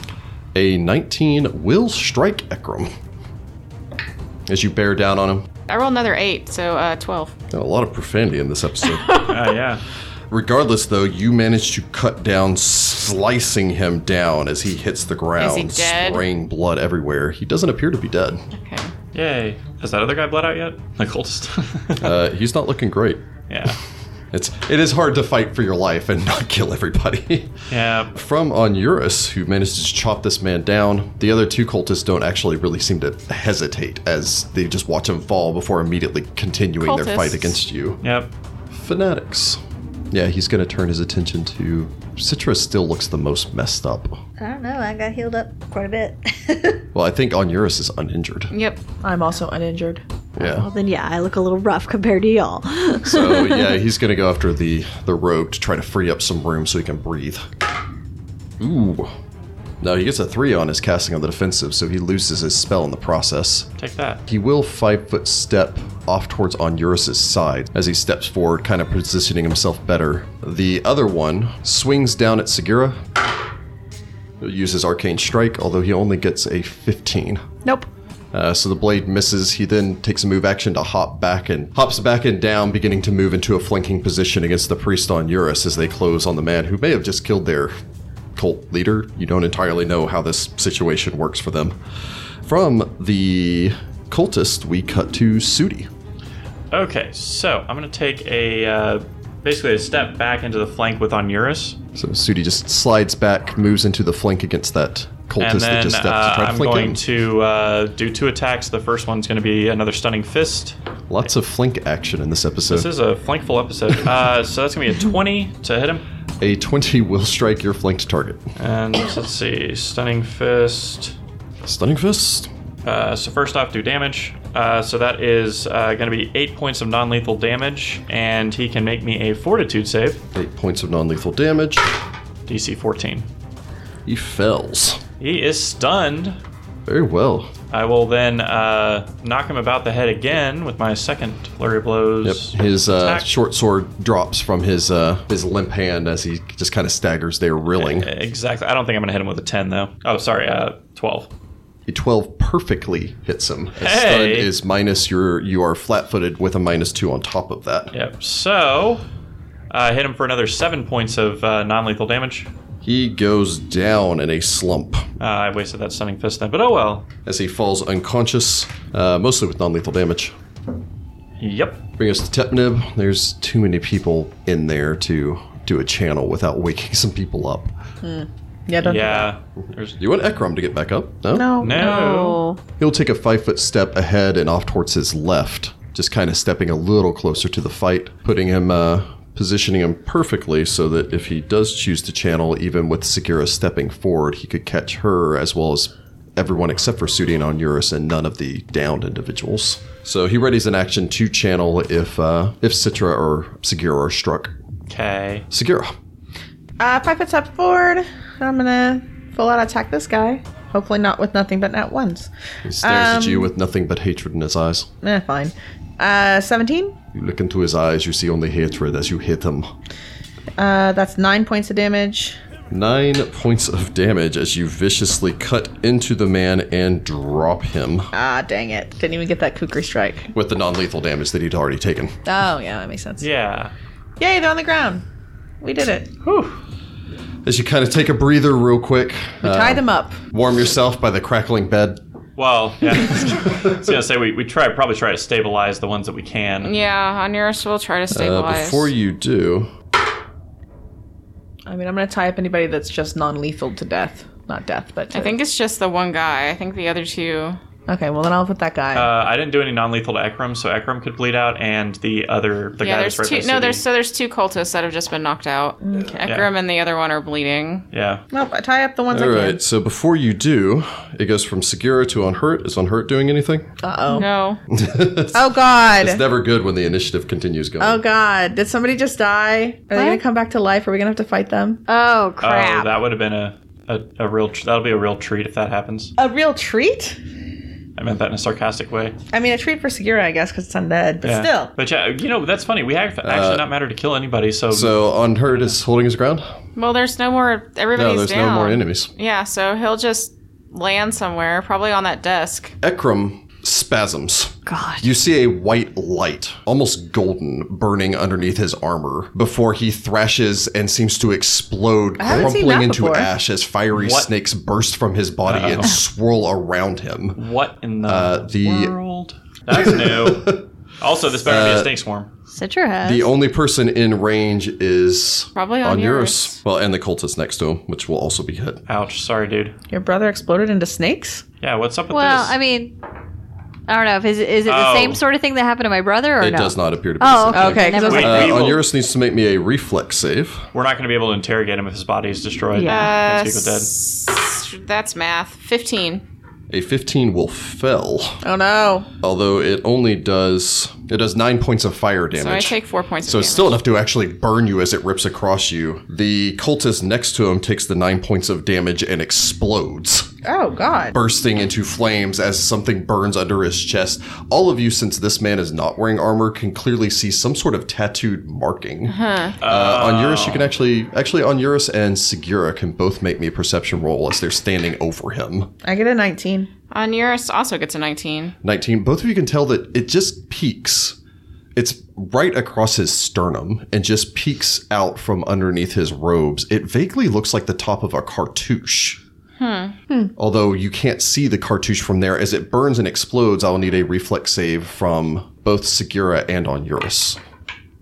A 19 will strike Ekram as you bear down on him.
I rolled another eight, so uh, twelve.
Got a lot of profanity in this episode.
Uh, yeah.
Regardless, though, you manage to cut down, slicing him down as he hits the ground,
dead?
spraying blood everywhere. He doesn't appear to be dead.
Okay.
Yay. Has that other guy bled out yet? The cultist.
Uh, he's not looking great.
yeah.
It's it is hard to fight for your life and not kill everybody.
Yeah.
From Onuris, who managed to chop this man down, the other two cultists don't actually really seem to hesitate as they just watch him fall before immediately continuing their fight
Cultists.
against you.
Yep.
Fanatics. Yeah, he's going to turn his attention to. Citrus still looks the most messed up.
I don't know. I got healed up quite a bit.
Well, I think Onuris is uninjured.
Yep.
I'm also uninjured.
Yeah.
then yeah, I look a little rough compared to y'all.
So, yeah, he's going to go after the, the rogue to try to free up some room so he can breathe. Ooh. No, he gets a three on his casting on the defensive, so he loses his spell in the process.
Take that.
He will five foot step off towards Onuris's side as he steps forward, kind of positioning himself better. The other one swings down at Segura, uses Arcane Strike, although he only gets a 15.
Nope.
Uh, so the blade misses. He then takes a move action to hop back and hops back and down, beginning to move into a flanking position against the priest on Eurus as they close on the man who may have just killed their cult leader. You don't entirely know how this situation works for them. From the cultist, we cut to Sudi.
Okay, so I'm gonna take a uh, basically a step back into the flank with Onuris,
So Sudi just slides back, moves into the flank against that
and
cultist that
then
just steps
uh,
to try to
I'm
flank
going
him.
to uh, do two attacks. The first one's gonna be another stunning fist.
Lots of flank action in this episode.
This is a flankful episode, uh, so that's gonna be a 20 to hit him.
a 20 will strike your flanked target.
And let's see, stunning fist.
Stunning fist.
Uh, so first off, do damage. Uh, so that is uh, going to be eight points of non-lethal damage, and he can make me a Fortitude save,
Eight points of non-lethal damage.
DC 14.
He fells.
He is stunned.
Very well.
I will then uh, knock him about the head again with my second flurry of
Yep.
blows.
His uh,
attack.
short sword drops from his uh, his limp hand as he just kind of staggers there, reeling.
Exactly. I don't think I'm going to hit him with a 10 though. Oh, sorry, uh, 12.
A twelve perfectly hits him. A stun
Hey!
is minus your you are flat-footed with a minus two on top of that.
Yep. So uh, hit him for another seven points of uh, non-lethal damage.
He goes down in a slump
Uh, I wasted that stunning fist then, but oh well.
as he falls unconscious, uh, mostly with non-lethal damage.
Yep.
Bring us to Tepnib. There's too many people in there to do a channel without waking some people up.
Yeah, don't
Yeah. There's
You want Ekrom to get back up?
do that.
Oh,
No.
No.
He'll take a five foot step ahead and off towards his left, just kind of stepping a little closer to the fight, putting him, uh, positioning him perfectly so that if he does choose to channel, even with Segura stepping forward, he could catch her as well as everyone except for Sudi and Onuris and none of the downed individuals. So he readies an action to channel if uh, if Citra or Segura are struck.
Okay.
Segura.
Uh, five foot step forward. I'm gonna full out attack this guy. Hopefully not with nothing but not ones.
He stares at
Um,
you with nothing but hatred in his eyes.
Eh, fine. Uh, 17.
You look into his eyes, you see only hatred as you hit him.
Uh, that's nine points of damage.
Nine points of damage as you viciously cut into the man and drop him
Ah, dang it. Didn't even get that Kukri strike.
with the non lethal damage that he'd already taken.
Oh, yeah, that makes sense.
Yeah.
Yay, they're on the ground. We did it. We
As you kind of take a breather real quick, uh,
tied them up.
warm yourself by the crackling bed.
Well, yeah. I was gonna say we, we try probably try to stabilize the ones that we can.
Yeah, Onuris will try to
Uh,
stabilize.
before you do,
I mean, I'm gonna tie up anybody that's just non lethal to death. Not death, but. to-
I think it's just the one guy. I think the other two.
Okay, well, then I'll put that guy.
Uh, I didn't do any non-lethal to Ekram, so Ekram could bleed out, and the other the
Yeah,
guy
there's
that's right
two.
by
No,
Sudi.
there's so there's two cultists that have just been knocked out. Ekram and the other one are bleeding.
yeah.
nope, I tie up the ones
all
I
right. So before you do, it goes from Segura to Unhurt. Is Unhurt doing anything?
can. Uh oh.
No,
Oh,
It's
God.
never good when the initiative continues going.
Oh, God. Did somebody just die? Are they gonna come back to life? Are we gonna have to fight them?
Oh
Oh,
crap!
that would have been a, a, a real tr- that'll be a real treat if that happens.
A real treat?
I meant that in a sarcastic way.
I mean, a treat for Segura, I guess, because it's undead, but
Yeah.
still.
But yeah, you know that's funny. We have actually not matter to kill anybody, so,
Uh, So Unhurt is holding his ground.
well, there's no more. Everybody's
No, there's
down.
no more enemies.
Yeah, so he'll just land somewhere, probably on that desk.
Ekram spasms.
God.
You see a white light, almost golden, burning underneath his armor before he thrashes and seems to explode,
haven't seen
crumpling
that
into
before.
ash as fiery
What?
snakes burst from his body and swirl around him.
what in the
Uh, the- Uh,
world? That's new. also, this better be a snake swarm.
Citra has.
The only person in range is
Probably on
Onuris. Well, and the cultist next to him, which will also be hit.
Ouch. Sorry, dude.
Your brother exploded into snakes?
Yeah. What's up with
well,
this?
I mean, I don't know. If is is it the
Oh.
same sort of thing that happened to my brother or
It
no?
does not appear to be. the same
Oh, okay.
thing.
Okay, 'cause I was
Never
Wait,
mind.
Uh,
we will-
Onuris needs to make me a reflex save.
We're not going to be able to interrogate him if his body is destroyed.
Uh,
Once people dead.
s- that's math. Fifteen.
A 15 will fell,
Oh, no.
although it only does It does nine points of fire damage.
So I take four points.
So
of
it's still enough to actually burn you as it rips across you. The cultist next to him takes the nine points of damage and explodes,
Oh God.
bursting into flames as something burns under his chest. All of you, since this man is not wearing armor, can clearly see some sort of tattooed marking. Uh, on Eurus, you can actually, actually, on Eurus and Segura can both make me a perception roll as they're standing over him.
I get a 19.
On Eurus also gets a 19.
19 both of you can tell that it just peaks it's right across his sternum and just peaks out from underneath his robes it vaguely looks like the top of a cartouche
Hmm.
although you can't see the cartouche from there as it burns and explodes i'll need a reflex save from both segura and on eurus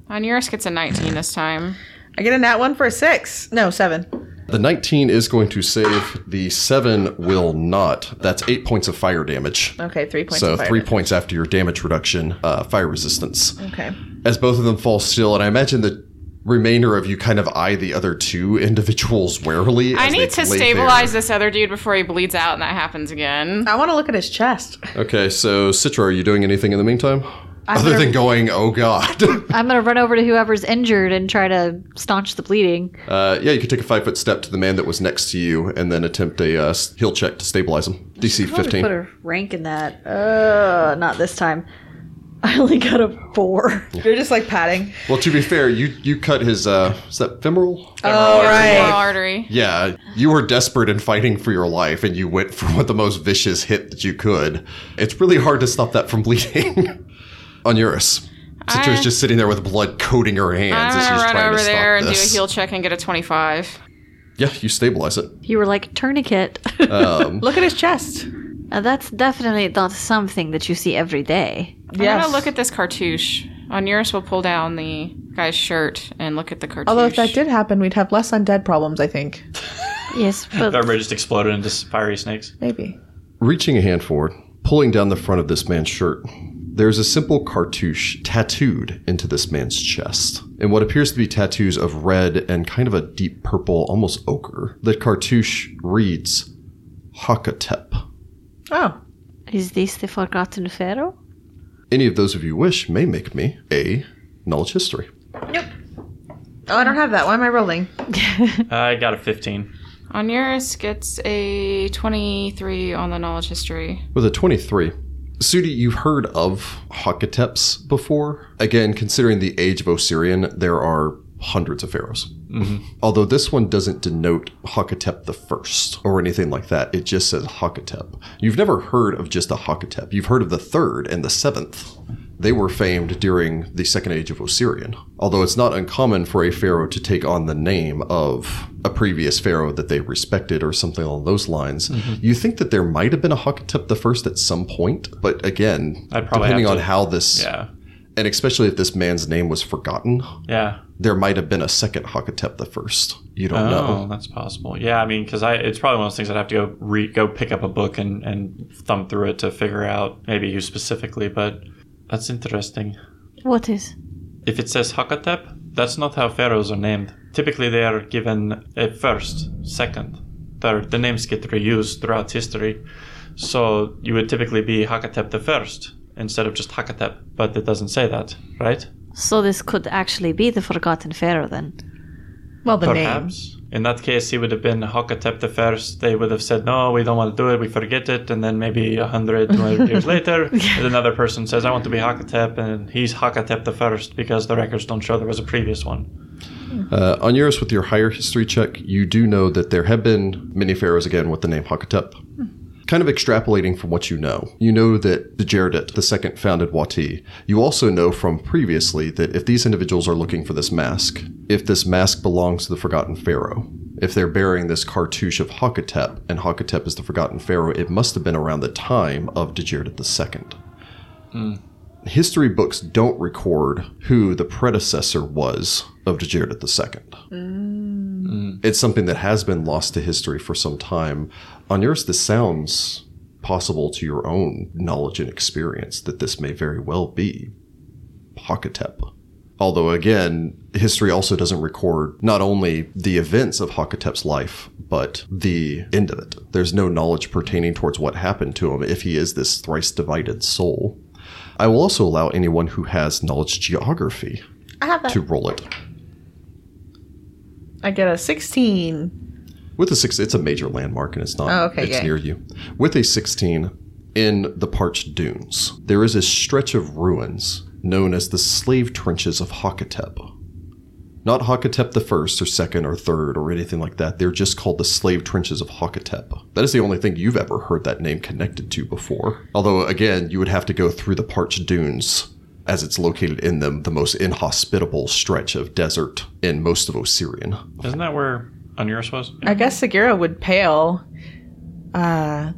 On Eurus gets a 19 this time.
I get a nat one for a six. No, seven.
the 19 is going to save the 7 will not that's 8 points of fire damage
Okay, three points.
so
of fire
3
damage.
points after your damage reduction uh, fire resistance
Okay.
as both of them fall still, and I imagine the remainder of you kind of eye the other two individuals warily.
I
as
need
they
to
lay
stabilize this other dude before he bleeds out and that happens again.
I want to look at his chest.
there. Okay, so Citra, are you doing anything in the meantime? Other
gonna-
than going, oh god.
I'm gonna run over to whoever's injured and try to staunch the bleeding.
uh, yeah, you can take a five foot step to the man that was next to you, and then attempt a uh, s- heal check to stabilize him. DC
Probably
fifteen.
Put a rank in that. Uh, not this time. I only got a four.
You're just like patting.
Well, to be fair, you you cut his uh, is that femoral?
Oh,
Moral
right.
artery.
Yeah, you were desperate and fighting for your life, and you went for what the most vicious hit that you could. It's really hard to stop that from bleeding. On Eurus, Citra's
I-
just sitting there with blood coating her
I'm
hands as
gonna
she's
run
trying
over
to stop
there and
this.
do a heal check and get a 25.
Yeah, you stabilize it.
You were like tourniquet.
Look at his chest.
Uh, that's definitely not something that you see every day.
I'm
Yes.
gonna look at this cartouche. On Eurus will pull down the guy's shirt and look at the cartouche.
Although if that did happen, we'd have less undead problems. I think.
Yes, but
Everybody just exploded into fiery snakes.
Maybe.
Reaching a hand forward, pulling down the front of this man's shirt, there's a simple cartouche tattooed into this man's chest. In what appears to be tattoos of red and kind of a deep purple, almost ochre, the cartouche reads Hakatep.
Oh.
is this the Forgotten Pharaoh?
Any of those of you wish may make me a knowledge history.
Oh, I don't have that. Why am I rolling?
Uh, I got a 15.
On Eurus gets a 23 on the knowledge history.
With a 23. Sudi, you've heard of Hokateps before. Again, considering the age of Osirian, there are hundreds of pharaohs. Although this one doesn't denote Hakatep the First or anything like that, it just says Hakatep. You've never heard of just a Hakatep. You've heard of the third and the seventh. They were famed during the Second Age of Osirian, although it's not uncommon for a pharaoh to take on the name of a previous pharaoh that they respected or something along those lines.
Mm-hmm.
You think that there might have been a Hakatep the First at some point, but again,
I'd probably
depending
have
on
to-
how this,
Yeah.
and especially if this man's name was forgotten,
Yeah.
there might have been a second Hakatep the First. You don't
Oh,
know.
that's possible. Yeah, I mean, because I it's probably one of those things I'd have to go re- go pick up a book and and thumb through it to figure out maybe who specifically. But that's interesting.
What is?
If it says Hakatep, that's not how pharaohs are named. Typically, they are given a first, second, third. The names get reused throughout history, so you would typically be Hakatep the first instead of just Hakatep. But it doesn't say that, right?
So this could actually be the Forgotten Pharaoh then.
Well, the name.
Perhaps. In that case, he would have been Hokatep the first. They would have said, no, we don't want to do it. We forget it. And then maybe 100, 200 years later, and another person says, I want to be Hokatep. And he's Hokatep the first because the records don't show there was a previous one.
Uh, on yours with your higher history check, you do know that there have been many pharaohs again with the name Hakatep. Kind of extrapolating from what you know, you know that the Jaredit II founded Wati. You also know from previously that if these individuals are looking for this mask, if this mask belongs to the Forgotten Pharaoh, if they're bearing this cartouche of Hakatep, and Hakatep is the Forgotten Pharaoh, it must have been around the time of Djaredit II history books don't record who the predecessor was of Djaredit II. It's something that has been lost to history for some time. On yours, this sounds possible to your own knowledge and experience that this may very well be Hakatep. Although, again, history also doesn't record not only the events of Hakatep's life, but the end of it. There's no knowledge pertaining towards what happened to him if he is this thrice divided soul. I will also allow anyone who has knowledge geography
I have that.
to roll it.
I get a 16.
With a six, it's a major landmark and it's not.
Oh, okay,
it's
yeah.
near you. With a sixteen, in the parched dunes, there is a stretch of ruins known as the slave trenches of Hakatep. Not Hakatep the first or second or third or anything like that. They're just called the slave trenches of Hakatep. That is the only thing you've ever heard that name connected to before. Although, again, you would have to go through the parched dunes. As it's located in them, the most inhospitable stretch of desert in most of Osirian.
Isn't that where Onuris was?
I guess Segura would pale. Uh,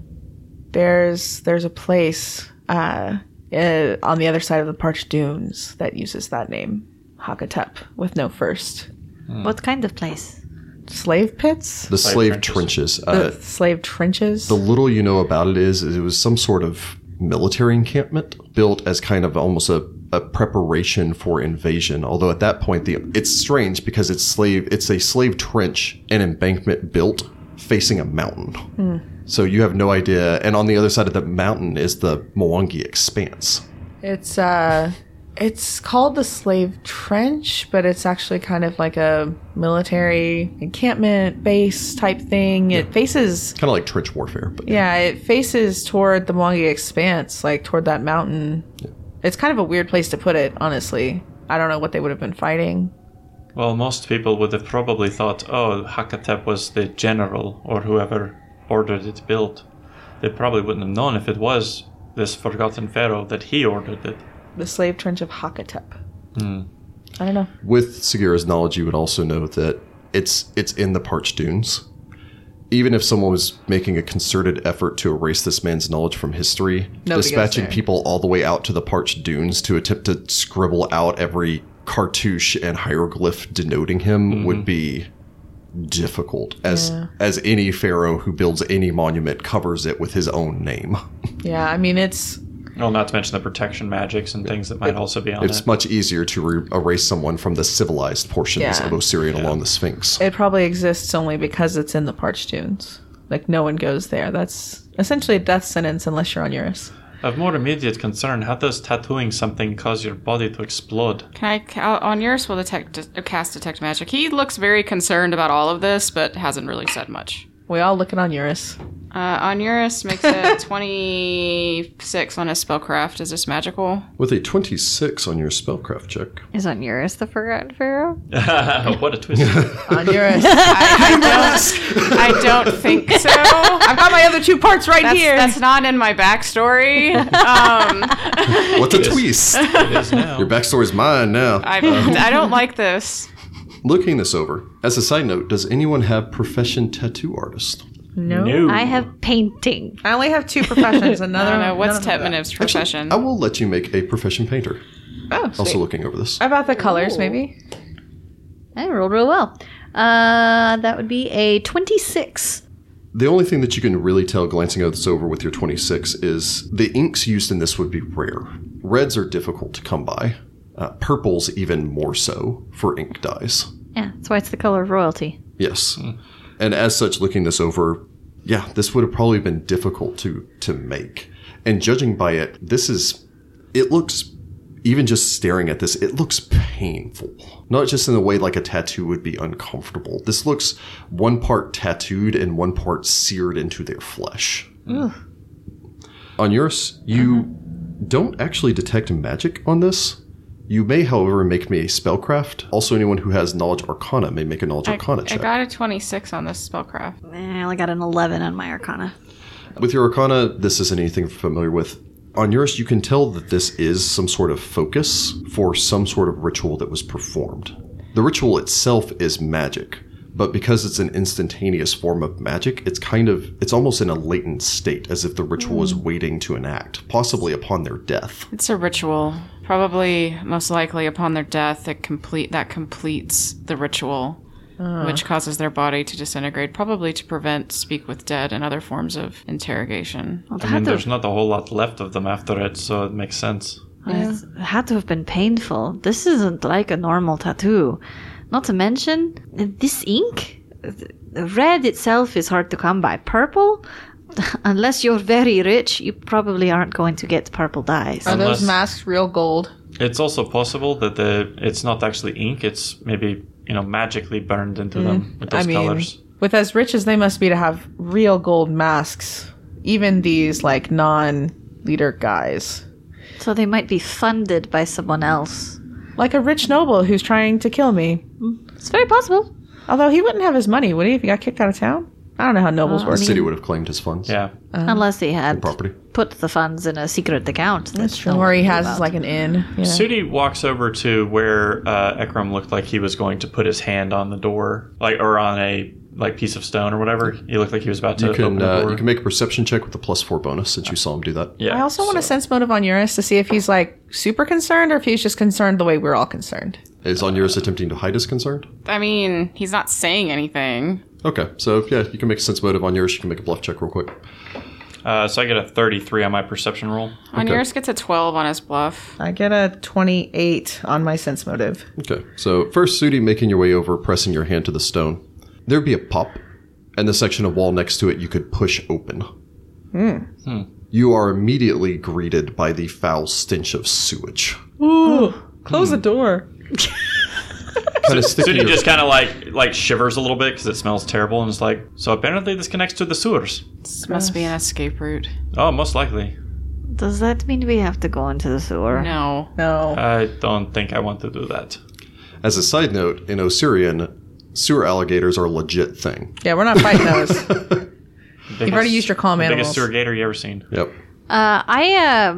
there's there's a place uh, uh, on the other side of the parched dunes that uses that name, Hakatep, with no first.
Hmm.
What kind of place?
Slave pits,
The slave,
trenches.
trenches. Uh,
the slave trenches.
The little you know about it is, is it was some sort of military encampment built as kind of almost a, a preparation for invasion. Although at that point, the it's strange because it's slave it's a slave trench and embankment built facing a mountain. So you have no idea. And on the other side of the mountain is the Mwangi Expanse.
It's uh it's called the slave trench, but it's actually kind of like a military encampment base type thing. It faces
Kind of like trench warfare, but
yeah, it faces toward the Mwangi expanse, like toward that mountain. It's kind of a weird place to put it, honestly. I don't know what they would have been fighting.
Well, most people would have probably thought, oh, Hakatep was the general or whoever ordered it built. They probably wouldn't have known if it was this forgotten pharaoh that he ordered it.
The slave trench of Hakatep. I don't know.
with Segura's knowledge, you would also know that it's it's in the parched dunes. Even if someone was making a concerted effort to erase this man's knowledge from history,
goes
dispatching
there.
people all the way out to the parched dunes to attempt to scribble out every cartouche and hieroglyph denoting him would be difficult as as any pharaoh who builds any monument covers it with his own name.
Yeah, I mean it's
Well, not to mention the protection magics and things that might also be on
It's
it.
much easier to re- erase someone from the civilized portions
Yeah.
of Osirian along the Sphinx.
it probably exists only because it's in the parched dunes. Like no one goes there. That's essentially a death sentence unless you're on Eurus.
Of more immediate concern, how does tattooing something cause your body to explode?
Can I ca- on yours will detect de- cast detect magic? He looks very concerned about all of this, but hasn't really said much.
We all looking on Eurus.
Uh, Onuris makes it 26 on his spellcraft. Is this magical?
With a 26 on your spellcraft check.
Is on Eurus the Forgotten Pharaoh?
Oh, what a twist.
On Eurus.
I don't think so. I've got my
other two parts right
that's, that's not in my backstory. Um,
What a twist!
it is now.
Your backstory's mine now.
I,
um,
I don't like this.
Looking this over, as a side note, does anyone have profession tattoo artist?
no.
No.
I have painting.
I only have two professions.
I
Another
don't know.
one-
What's
none of them.
Tetmanev's profession?
I will let you make a profession painter.
Oh, sweet.
Also looking over this.
about the colors, maybe.
I rolled real well. Uh, that would be a 26.
The only thing that you can really tell glancing at this over with your 26 is the inks used in this would be rare. Reds are difficult to come by. Uh, purples even more so for ink dyes.
Yeah, that's why it's the color of royalty.
Yes. And as such, looking this over, yeah, this would have probably been difficult to to make. And judging by it, this is it looks even just staring at this, it looks painful. Not just in the way like a tattoo would be uncomfortable. This looks one part tattooed and one part seared into their flesh. On yours, you
Mm-hmm.
don't actually detect magic on this. You may, however, make me a spellcraft. Also, anyone who has knowledge arcana may make a knowledge arcana
I
check.
got a 26 on this spellcraft.
I only got an 11 on my Arcana.
With your arcana, this isn't anything you're familiar with. On yours, you can tell that this is some sort of focus for some sort of ritual that was performed. The ritual itself is magic, but because it's an instantaneous form of magic, it's kind of it's almost in a latent state, as if the ritual is waiting to enact, possibly upon their death.
It's a ritual. Probably, most likely, upon their death, it complete that completes the ritual,
Ah.
which causes their body to disintegrate, probably to prevent speak with dead and other forms of interrogation.
I mean, there's not a whole lot left of them after it, so it makes sense.
It's- It had to have been painful. This isn't like a normal tattoo. Not to uh, mention, this ink, the red itself is hard to come by. Purple, unless you're very rich, you probably aren't going to get purple dyes.
Are
Unless-
those masks real gold?
It's also possible that the it's not actually ink. It's maybe you know magically burned into them with
Mm-hmm. I
those
mean,
colors.
with as rich as they must be to have real gold masks, even these like non-leader guys,
So they might be funded by someone else.
like a rich noble who's trying to kill me.
It's very possible.
Although he wouldn't have his money, would he, if he got kicked out of town? I don't know how nobles
Uh,
The
work.
city would have claimed his funds.
Yeah,
Uh-huh.
unless he had
Property.
put the funds in a secret account. that
That's true.
no
Or he
one knew
has
about.
like an inn. you know.
Sudi walks over to where uh, Ekram looked like he was going to put his hand on the door, like or on a like piece of stone or whatever. He looked like he was about to
You
open
can
the
uh,
door.
you can make a perception check with the plus four bonus since you saw him do that.
yeah,
I also want to
so-
sense motive on Uranus to see if he's like super concerned or if he's just concerned the way we're all concerned.
Is on yours attempting to hide his concern?
I mean, he's not saying anything.
Okay, so yeah, you can make a sense motive on yours. You can make a bluff check real quick.
Uh, so I get a thirty-three on my perception roll.
On yours gets a 12 on his bluff.
I get a 28 on my sense motive.
Okay, so first, Sudi making your way over, pressing your hand to the stone. There'd be a pop, and the section of wall next to it you could push open.
Hmm.
You are immediately greeted by the foul stench of sewage.
Ooh, close the door.
Kind of
Sudi just kind of like like shivers a little bit because it smells terrible, and it's like so. Apparently, this connects to the sewers.
This must be an escape route.
Oh, most likely.
Does that mean we have to go into the sewer?
No.
No.
I don't think I want to do that.
As a side note, in Osirian, sewer alligators are a legit thing.
Yeah, we're not fighting those.
You've
already used your calm
Biggest
animals.
sewer gator you ever seen.
Yep.
Uh, I uh,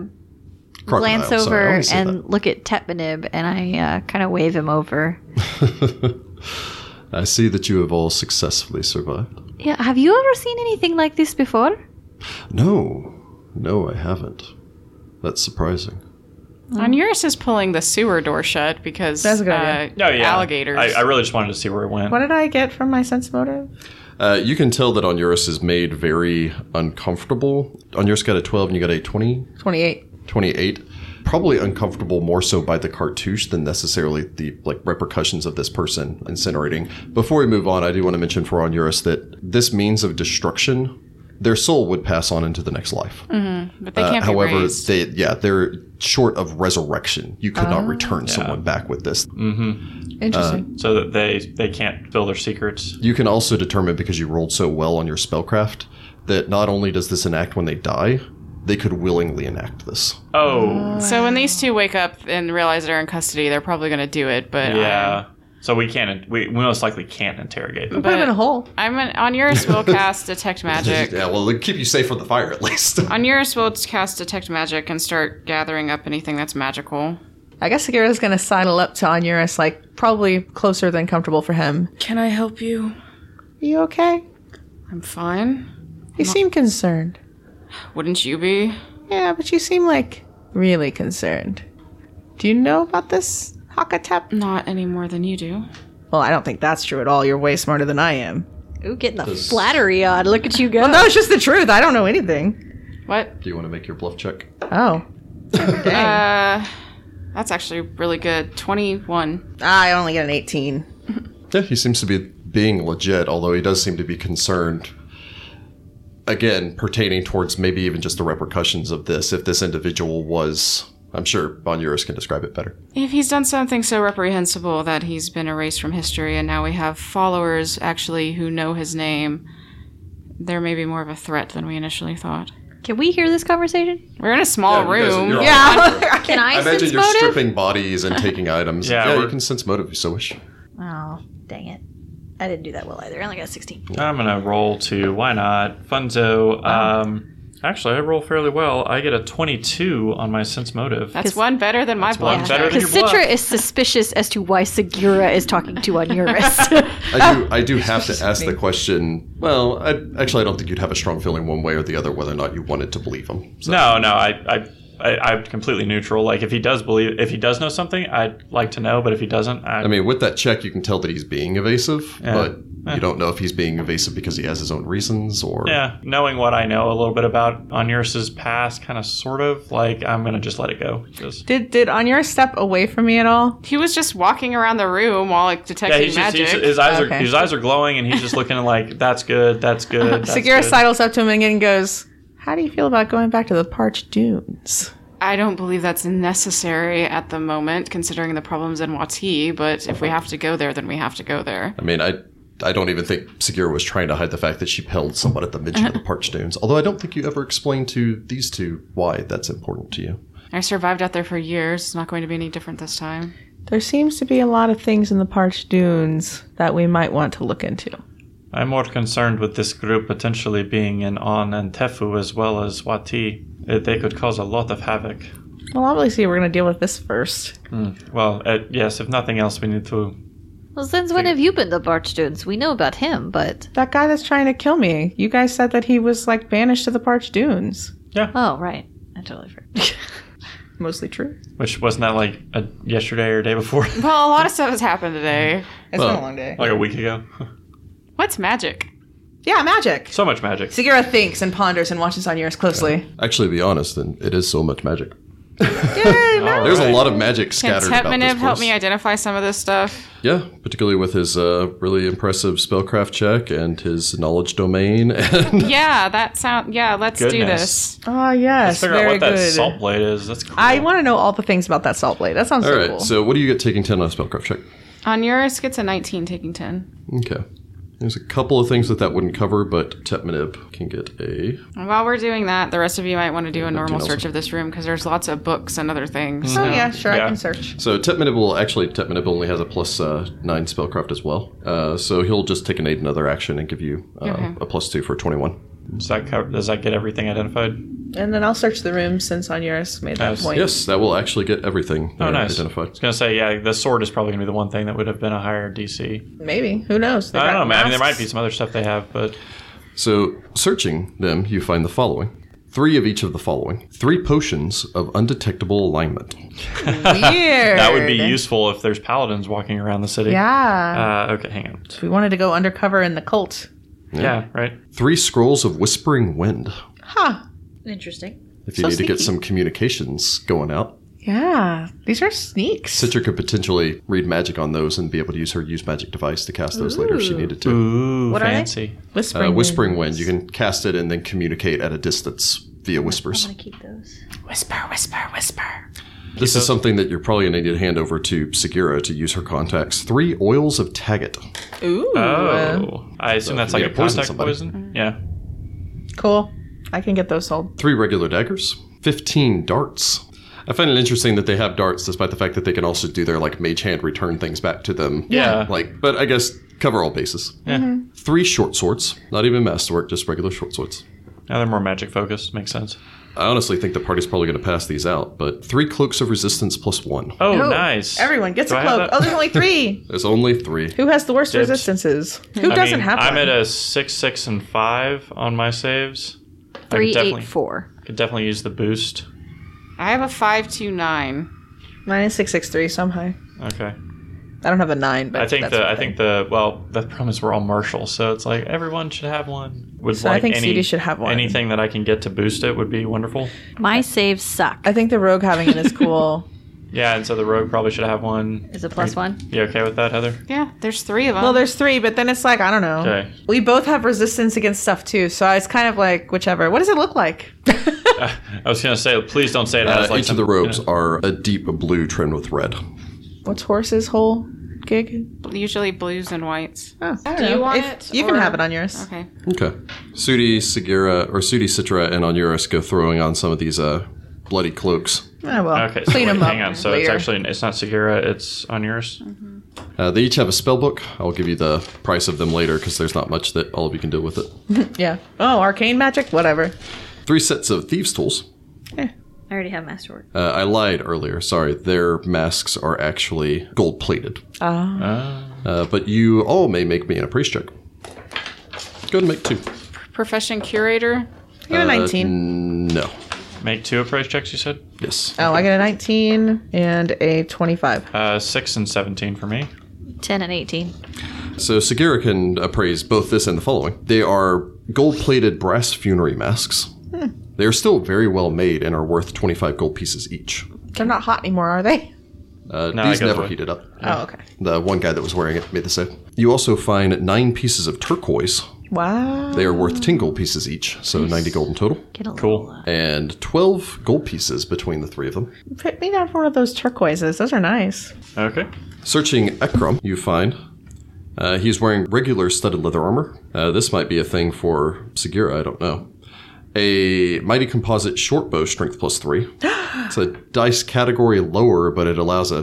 Crocodile,
glance
sorry, I
over
always say
and look at Tetmanib and I uh, kind of wave him over.
that. I see that you have all successfully survived.
Yeah, have you ever seen anything like this before?
No, no, I haven't. That's surprising.
Mm. On yours is pulling the sewer door shut because
That's a good
uh,
idea.
No, Oh, yeah.
alligators.
I, I really just wanted to see where it went.
what did I get from my sense motive?
Uh, you can tell that Onuris is made very uncomfortable. Onuris got a 12 and you got a 20,
28.
28. Probably uncomfortable more so by the cartouche than necessarily the like repercussions of this person incinerating. Before we move on, I do want to mention for Onuris that this means of destruction, their soul would pass on into the next life.
but they Mm. can't
Uh,
be
however,
raised.
they yeah they're short of resurrection. You could
Oh.
not return someone back with this.
Interesting.
so that they they can't spill their secrets.
You can also determine because you rolled so well on your spellcraft that not only does this enact when they die, they could willingly enact this.
Oh,
so when these two wake up and realize they're in custody, they're probably going to do it. But
yeah. So we can't. We, we most likely can't interrogate them.
Put him in a hole.
I'm, I'm an, on yours will cast detect magic.
Yeah, well, it'll keep you safe from the fire at least.
On yours will cast detect magic and start gathering up anything that's magical.
I guess Sagira's going to sidle up to Onuris, like, probably closer than comfortable for him.
Can I help you?
You okay?
I'm fine.
You seem concerned.
Wouldn't you be?
Yeah, but you seem like really concerned. Do you know about this Hakatep?
Not any more than you do.
Well, I don't think that's true at all. You're way smarter than I am.
Ooh, getting the flattery on. Look at you go.
Well, no, it's just the truth. I don't know anything.
What?
Do you want to make your bluff check?
Oh. Dang.
Uh, that's actually really good. 21.
I only get an 18.
Yeah, he seems to be being legit, although he does seem to be concerned. Again, pertaining towards maybe even just the repercussions of this, if this individual was, I'm sure Von Uris can describe it better.
If he's done something so reprehensible that he's been erased from history and now we have followers actually who know his name, there may be more of a threat than we initially thought.
Can we hear this conversation?
We're in a
Yeah,
small
you guys-
room.
you're all-
Yeah.
Can I,
I imagine
sense
you're
motive?
stripping bodies and taking items.
Yeah,
Yeah, you
we're-
can sense motive if you so wish.
Oh, dang it. I didn't do that well either. I only got 16.
I'm gonna roll to why not Funzo. Um, actually, I roll fairly well. I get a 22 on my sense motive.
That's one better than my
one
blood.
better
check.
than
Because
your bluff.
Citra is suspicious as to why Segura is talking to Onuris.
I do. I do have to ask the question. Well, I, actually, I don't think you'd have a strong feeling one way or the other whether or not you wanted to believe him. So,
No, no, I, I, I, I'm completely neutral. Like, if he does believe, if he does know something, I'd like to know. But if he doesn't, I,
I mean, with that check, you can tell that he's being evasive.
yeah,
But You don't know if he's being evasive because he has his own reasons or
Yeah, knowing what I know a little bit about Onuris's past, kind of, sort of, like I'm gonna just let it go. Just
Did did Anyar step away from me at all?
He was just walking around the room while like
yeah,
detecting
he's just,
magic.
he's, his eyes are
Okay.
his eyes are glowing, and he's just looking like that's good, that's good. That's
Sagira
good."
sidles up to him and goes, "How do you feel about going back to the parched dunes?"
I don't believe that's necessary at the moment, considering the problems in Wati. But if we have to go there, then we have to go there.
I mean, I I don't even think Segura was trying to hide the fact that she pilled someone at the mention of the parched dunes. Although I don't think you ever explained to these two why that's important to you.
I survived out there for years. It's not going to be any different this time.
There seems to be a lot of things in the parched dunes that we might want to look into.
I'm more concerned with this group potentially being in On and Tefu as well as Wati. Uh, They could cause a lot of havoc.
Well, obviously, we're going to deal with this first.
Well, uh, yes, if nothing else, we need to.
Well, since when have you been to Bart students? We know about him, but
That guy that's trying to kill me, you guys said that he was like banished to the parched dunes.
oh right, I totally forgot.
Mostly true.
Which wasn't that like a, yesterday or day before?
Well, a lot of stuff has happened today.
It's
Well-
been a long day.
like a week ago.
What's magic?
Yeah, magic.
so much magic.
Segura thinks and ponders and watches on yours closely.
Actually, to be honest, then it is so much magic.
Yay, magic.
There's a lot of magic
Can
scattered about this
Tetmanev help
place.
me identify some of this stuff?
Yeah, particularly with his uh, really impressive spellcraft check and his knowledge domain. And
Yeah, that sound. Yeah, let's do
Goodness.
this.
Ah, yes.
Let's figure out
very
what that
good.
salt blade is. That's cool.
I want to know all the things about that salt blade. That sounds
all
so
right,
cool.
so what do you get taking ten on a spellcraft check?
Onuris gets a 19, taking 10.
Okay. There's a couple of things that that wouldn't cover, but Tetmanib can get a.
And while we're doing that, the rest of you might want to do a normal
also. Hmm.
search of this room because there's lots of books and other things.
oh, yeah, sure.
Yeah.
I can search.
So Tetmanib will actually Tetmanib only has a plus uh, nine spellcraft as well. Uh, so he'll just take an eight another action and give you uh,
Okay.
a plus two for twenty one.
Does that cover, does that get everything identified?
And then I'll search the room since Onuris made that
Yes.
point.
Yes, that will actually get everything
Oh,
uh,
nice. I
identified.
was gonna say, yeah, the sword is probably gonna be the one thing that would have been a higher DC.
Maybe. Who knows? They
I don't
got
know, man. I mean, there might
masks.
be some other stuff they have, but
So, searching them, you find the following three of each of the following three potions of undetectable alignment.
Weird.
that would be useful if there's paladins walking around the city.
Yeah.
Uh, okay, hang on.
we wanted to go undercover in the cult.
Yeah. right.
Three scrolls of whispering wind.
Huh.
Interesting.
If you
So
need to get
sneaky.
some communications going out,
Yeah. These are sneaks.
Citra could potentially read magic on those and be able to use her use magic device to cast those later if she needed to.
Ooh,
What are they?
fancy.
Whispering.
Uh,
um,
wind.
whispering wind. You can cast it and then communicate at a distance via whispers.
I keep those.
Whisper, whisper, whisper.
This is something that you're probably going to need to hand over to Segura to use her contacts. Three oils of Taggett.
Ooh. uh,
Oh, I assume that's
you
like a
need to poison
contact
somebody.
poison. Yeah.
cool. I can get those sold.
three regular daggers, 15 darts. I find it interesting that they have darts despite the fact that they can also do their like mage hand return things back to them.
Yeah.
Like, but I guess cover all bases.
Yeah.
Three short swords, not even masterwork, just regular short swords.
Now they're more magic focused. Makes sense.
I honestly think the party's probably going to pass these out, but three cloaks of resistance plus one.
Oh,
Oh,
nice.
Everyone gets
Do
a
I have
cloak.
that?
Oh, there's only three.
There's only three.
Who has the worst
Dibs.
resistances? Who
I
doesn't
mean,
have one?
I'm at a six, six, and five on my saves.
Three,
I could definitely,
eight, four.
Could definitely use the boost.
I have a 529.
Mine is six six three. So I'm high.
Okay.
I don't have a nine, but
I think
that's
the
one
I
thing.
think the well the problem is we're all martial, so it's like everyone should have one. Would
So I
like
think
any,
CD should have one.
Anything that I can get to boost it would be wonderful.
My saves suck.
I think the rogue having it is cool.
Yeah, and so the rogue probably should have one.
Is it plus one?
You okay with that, Heather?
Yeah, there's three of them.
well, there's three, but then it's like I don't know.
Okay.
We both have resistance against stuff too, so it's kind of like whichever. What does it look like?
Uh, I was gonna say, please don't say it
Uh,
has like
each
some-
of the robes
you know,
are a deep blue trimmed with red.
What's horse's whole gig?
usually blues and whites.
Oh,
Do you want it,
You can
or-
have it on yours.
Okay.
Okay. Sudi, Segura, or Sudi, Citra, and Onuris go throwing on some of these uh, bloody cloaks.
I will.
Okay, so
Oh, Clean
wait,
them up.
hang on. So it's
later.
actually it's not Segura, it's on yours.
Uh, they each have a spell book. I'll give you the price of them later because there's not much that all of you can do with it.
yeah. Oh, arcane magic, whatever.
Three sets of thieves' tools.
Eh, I already have masterwork.
Uh, I lied earlier. Sorry, their masks are actually gold plated.
Ah,
Uh, but you all may make me an appraise check. Go ahead and make two.
Profession curator.
I
Uh,
get a nineteen.
No.
Make two approach checks. You said
Yes.
Oh, I get a 19 and a 25.
uh, six and seventeen for me.
Ten and eighteen.
So Sagira can appraise both this and the following. They are gold-plated brass funerary masks.
Hmm.
They are still very well made and are worth 25 gold pieces each.
They're not hot anymore, are they?
Uh,
No, I
these
got
never
one.
heated up.
Oh, okay.
The one guy that was wearing it made the save. You also find nine pieces of turquoise.
Wow.
They are worth 10 gold pieces each, so 90 gold in total.
Get a
Cool.
little, uh,
And 12 gold pieces between the three of them.
Put me down for one of those turquoises. Those are nice.
Okay.
Searching Ekram, you find uh, he's wearing regular studded leather armor. Uh, this might be a thing for Segura, I don't know. A mighty composite short bow, strength plus three. it's a dice category lower, but it allows a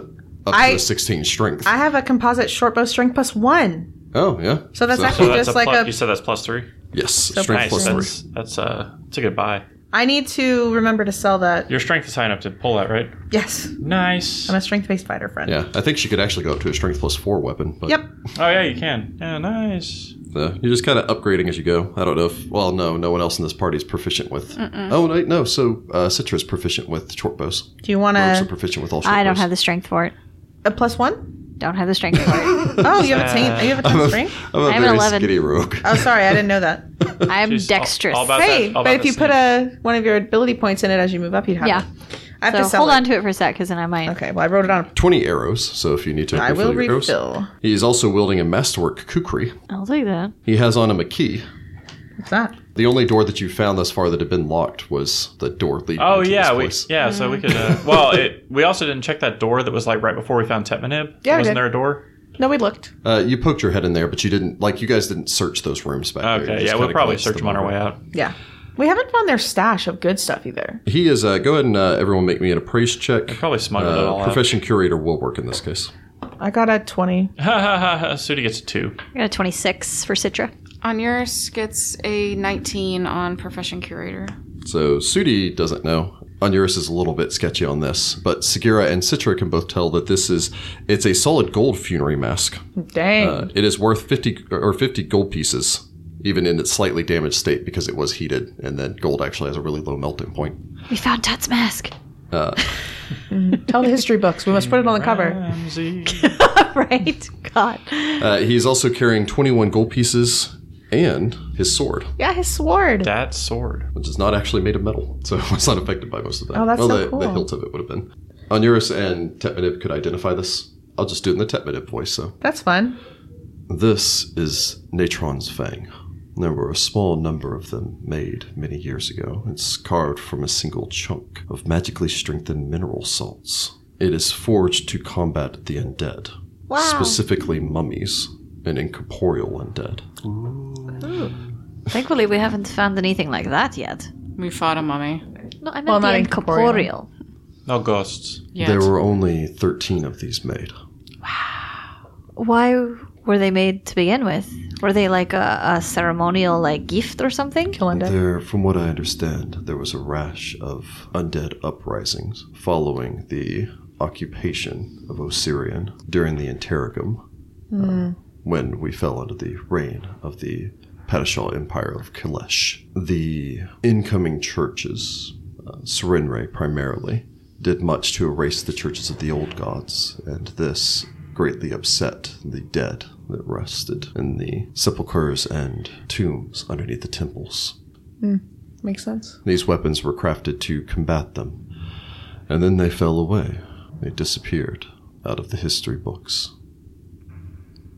up
I-
to a 16 strength.
I have a composite shortbow string plus one.
oh, yeah.
So that's
So
actually-
that's
Just
a
like
plus,
a-
you said that's plus three.
Yes, strength
Nice.
plus three.
That's that's uh that's a good buy.
I need to remember to sell that.
Your strength is high enough to pull that, right?
Yes.
Nice.
I'm a strength based fighter friend.
Yeah, I think she could actually go up to a strength plus four weapon. But
Yep.
Oh yeah, you can. Yeah, nice.
uh, you're just kind of upgrading as you go. I don't know if, well, no, no one else in this party is proficient with. Oh, no, no so uh, Citra's proficient with short bows.
Do you want
Rogues are
a,
proficient with all short
Uh, I don't
bows.
have the strength for it.
a plus one?
Don't have the strength for it.
Oh, you have a ten. You have a
I'm
ten
a-
string?
I'm a
I have an
very
11.
skinny rogue.
Oh, sorry. I didn't know that.
I'm
She's all-
dexterous.
all oh, about that-
Hey,
all about
but if
that
you put a one of your ability points in it as you move up, you'd have
Yeah.
it. I have to
so
sell
hold
it.
on to it for a sec, because then I might.
Okay, well, I wrote it on.
20 arrows, so if you need to
I will
your arrows.
refill.
He is also wielding a masterwork kukri.
I'll take that.
He has on him a key.
What's that?
The only door that you found thus far that had been locked was the door leading
Oh
into
yeah,
this
we,
place.
yeah. So we could. Uh,
Mm.
well, it, we also didn't check that door that was like right before we found Tetmanib.
Yeah, we
wasn't
did.
there a door?
No, we looked.
Uh, you poked your head in there, but you didn't, like, you guys didn't search those rooms back there. You
Okay,
just
yeah, we'll
kinda
probably
glanced
search them on our
over.
way out.
Yeah. We haven't found their stash of good stuff either.
He is, uh, go ahead and uh, everyone make me an appraise check.
Probably smuggled it
Uh,
all
profession curator will work in this case.
I got a 20.
out. Sudi gets a two.
I got a 26 for Citra.
On yours gets a 19 on profession curator.
So Sudi doesn't know. Onuris is a little bit sketchy on this, but Sagira and Citra can both tell that this is it's a solid gold funerary mask.
Dang.
Uh, it is worth 50 or 50 gold pieces even in its slightly damaged state because it was heated and then gold actually has a really low melting point.
We found Tut's mask.
Tell the history books. We must put it on the cover.
Ramsey.
right? God.
Uh, he's also carrying 21 gold pieces and his sword,
Yeah, his sword.
that sword.
which is not actually made of metal, so it was not affected by most of that.
Oh, that's
well,
so
the, the
cool.
hilt of it would have been. Onuris and Tetmanib could identify this. I'll just do it in the Tetmanib voice, so
That's fun.
This is Natron's Fang. There were a small number of them made many years ago. It's carved from a single chunk of magically strengthened mineral salts. It is forged to combat the undead, specifically mummies and incorporeal undead.
Thankfully, we haven't found anything like that yet.
We fought a mummy.
No, I meant
Well,
the
not
incorporeal.
incorporeal.
No ghosts.
Yet.
There were only 13 of these made.
Why were they made to begin with? Were they like a, a ceremonial like gift or something?
Killing it.
There, from what I understand, there was a rash of undead uprisings following the occupation of Osirian during the Interrogum, uh, when we fell under the reign of the Padishah Empire of Kalesh. The incoming churches, uh, Serenre primarily, did much to erase the churches of the old gods, and this greatly upset the dead that rested in the sepulchres and tombs underneath the temples.
Makes sense.
These weapons were crafted to combat them. And then they fell away. They disappeared out of the history books.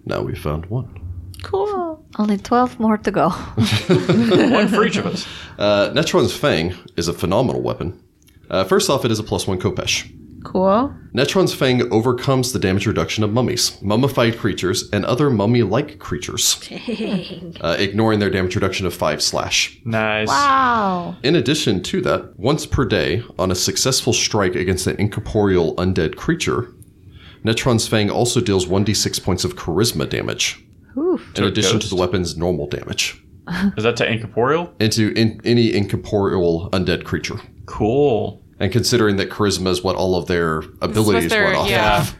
Now we found one.
Cool.
Only 12 more to go.
One for each of us.
Uh, Netron's Fang is a phenomenal weapon. Uh, first off, it is a plus one Kopesh.
Cool.
Netron's Fang overcomes the damage reduction of mummies, mummified creatures, and other mummy like creatures, uh, ignoring their damage reduction of 5 slash.
Nice.
wow.
In addition to that, once per day, on a successful strike against an incorporeal undead creature, Netron's Fang also deals 1d6 points of charisma damage,
Oof.
in addition
ghost.
to the weapon's normal damage,
Is that to incorporeal?
into in, any incorporeal undead creature.
Cool.
And considering that charisma is what all of their abilities
their-
run off
yeah.
of,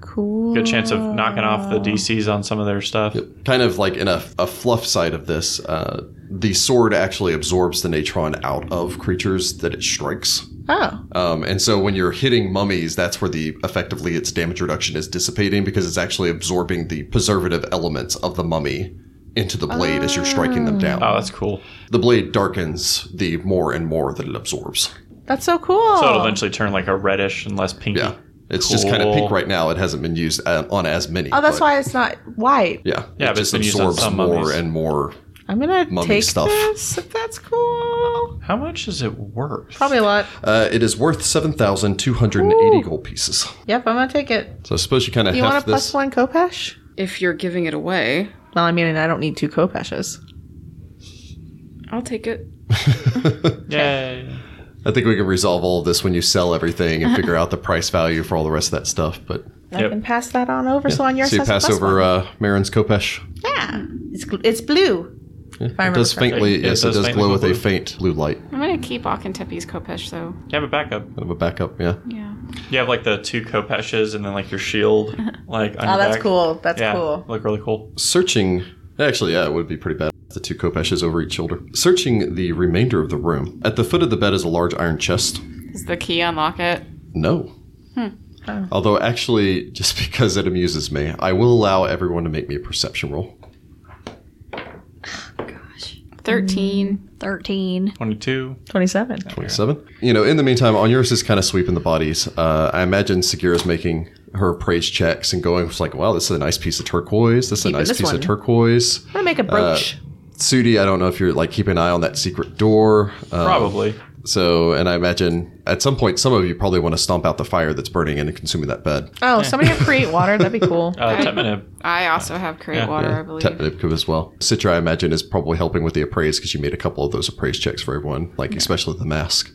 Cool.
Good chance of knocking off the DCs on some of their stuff.
kind of like in a, a fluff side of this, uh, the sword actually absorbs the Natron out of creatures that it strikes.
Oh.
Um, and so when you're hitting mummies, that's where the effectively its damage reduction is dissipating because it's actually absorbing the preservative elements of the mummy into the blade as you're striking them down.
Oh, that's cool.
The blade darkens the more and more that it absorbs.
That's so cool.
So it'll eventually turn like a reddish and less pinky.
Yeah. It's just kind of
Cool.
pink right now. It hasn't been used uh, on as many.
oh, that's
but-
why it's not white.
Yeah.
Yeah,
it
but it's
just
been used on
absorbs
some
more
mummies.
and more.
I'm gonna
Mummy
take
stuff.
this. If that's cool.
How much is it worth?
Probably a lot.
Uh, it is worth 7,280 gold pieces.
Yep, I'm gonna take it.
So I suppose you kind of
You want a
have
plus
this.
one Kopesh?
If you're giving it away,
Well, I mean, I don't need two Kopeshes.
I'll take it.
Yay.
I think we can resolve all of this when you sell everything and figure out the price value for all the rest of that stuff. But
I
Yep.
can pass that on over. So on yours,
so you
has a
pass
plus
over
one.
uh, Marin's Kopesh.
Yeah, it's gl- it's blue. if I
It does
correctly.
faintly,
It
yes, it
does
does
faintly
glow
glow
with a
blue.
faint blue light.
I'm gonna keep Akintepe's Kopesh though.
You have a backup.
Kind of a backup, yeah.
Yeah.
You have like the two kopeshes and then like your shield, like. On
Oh,
your
that's
back.
cool. That's
yeah,
cool.
Look really cool.
Searching, actually, yeah, it would be pretty bad. The two Kopeshes over each shoulder. Searching the remainder of the room. At the foot of the bed is a large iron chest.
Does the key unlock it?
No.
Hmm. Oh.
Although, actually, just because it amuses me, I will allow everyone to make me a perception roll.
13.
13.
Twenty-two.
Twenty-seven.
27. You know, in the meantime, Onuris is kind of sweeping the bodies. Uh, I imagine Sagira's making her praise checks and going, it's like, wow, this is a nice piece of turquoise. This is
Keeping
a nice
this
piece
one."
of turquoise.
I'm gonna make a brooch.
Sudi, I don't know if you're like keeping an eye on that secret door. Um,
Probably.
So, and I imagine at some point, some of you probably want to stomp out the fire that's burning in and consuming that bed.
oh, somebody can create water. That'd be cool.
Uh, Tetmanib.
I also have Create
Yeah.
Water, I
Yeah,
believe.
Tetnipka as well. Citra, I imagine, is probably helping with the appraise because you made a couple of those appraise checks for everyone, like especially the mask.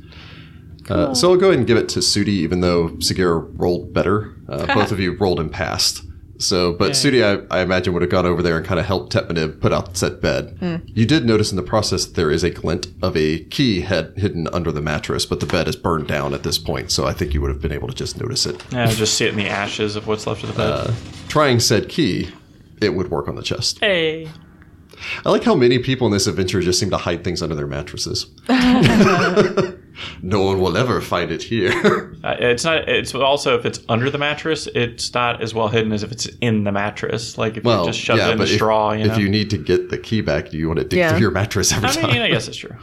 Uh, so I'll go ahead and give it to Sudi, even though Sagira rolled better. Uh, both of you rolled and passed. So, but Sudi, I, I imagine, would have gone over there and kind of helped Tetmanib put out said bed. You did notice in the process that there is a glint of a key head hidden under the mattress, but the bed is burned down at this point, so I think you would have been able to just notice it.
Yeah, just see it in the ashes of what's left of the bed.
Uh. Trying said key, it would work on the chest.
hey.
I like how many people in this adventure just seem to hide things under their mattresses. no one will ever find it here.
Uh, it's not. It's also if it's under the mattress, it's not as well hidden as if it's in the mattress. Like if
Well,
you just shove
yeah,
it in the
but if,
straw, you know.
if you need to get the key back, you want to dig
Yeah.
through your mattress every
I
time.
mean, I guess it's true.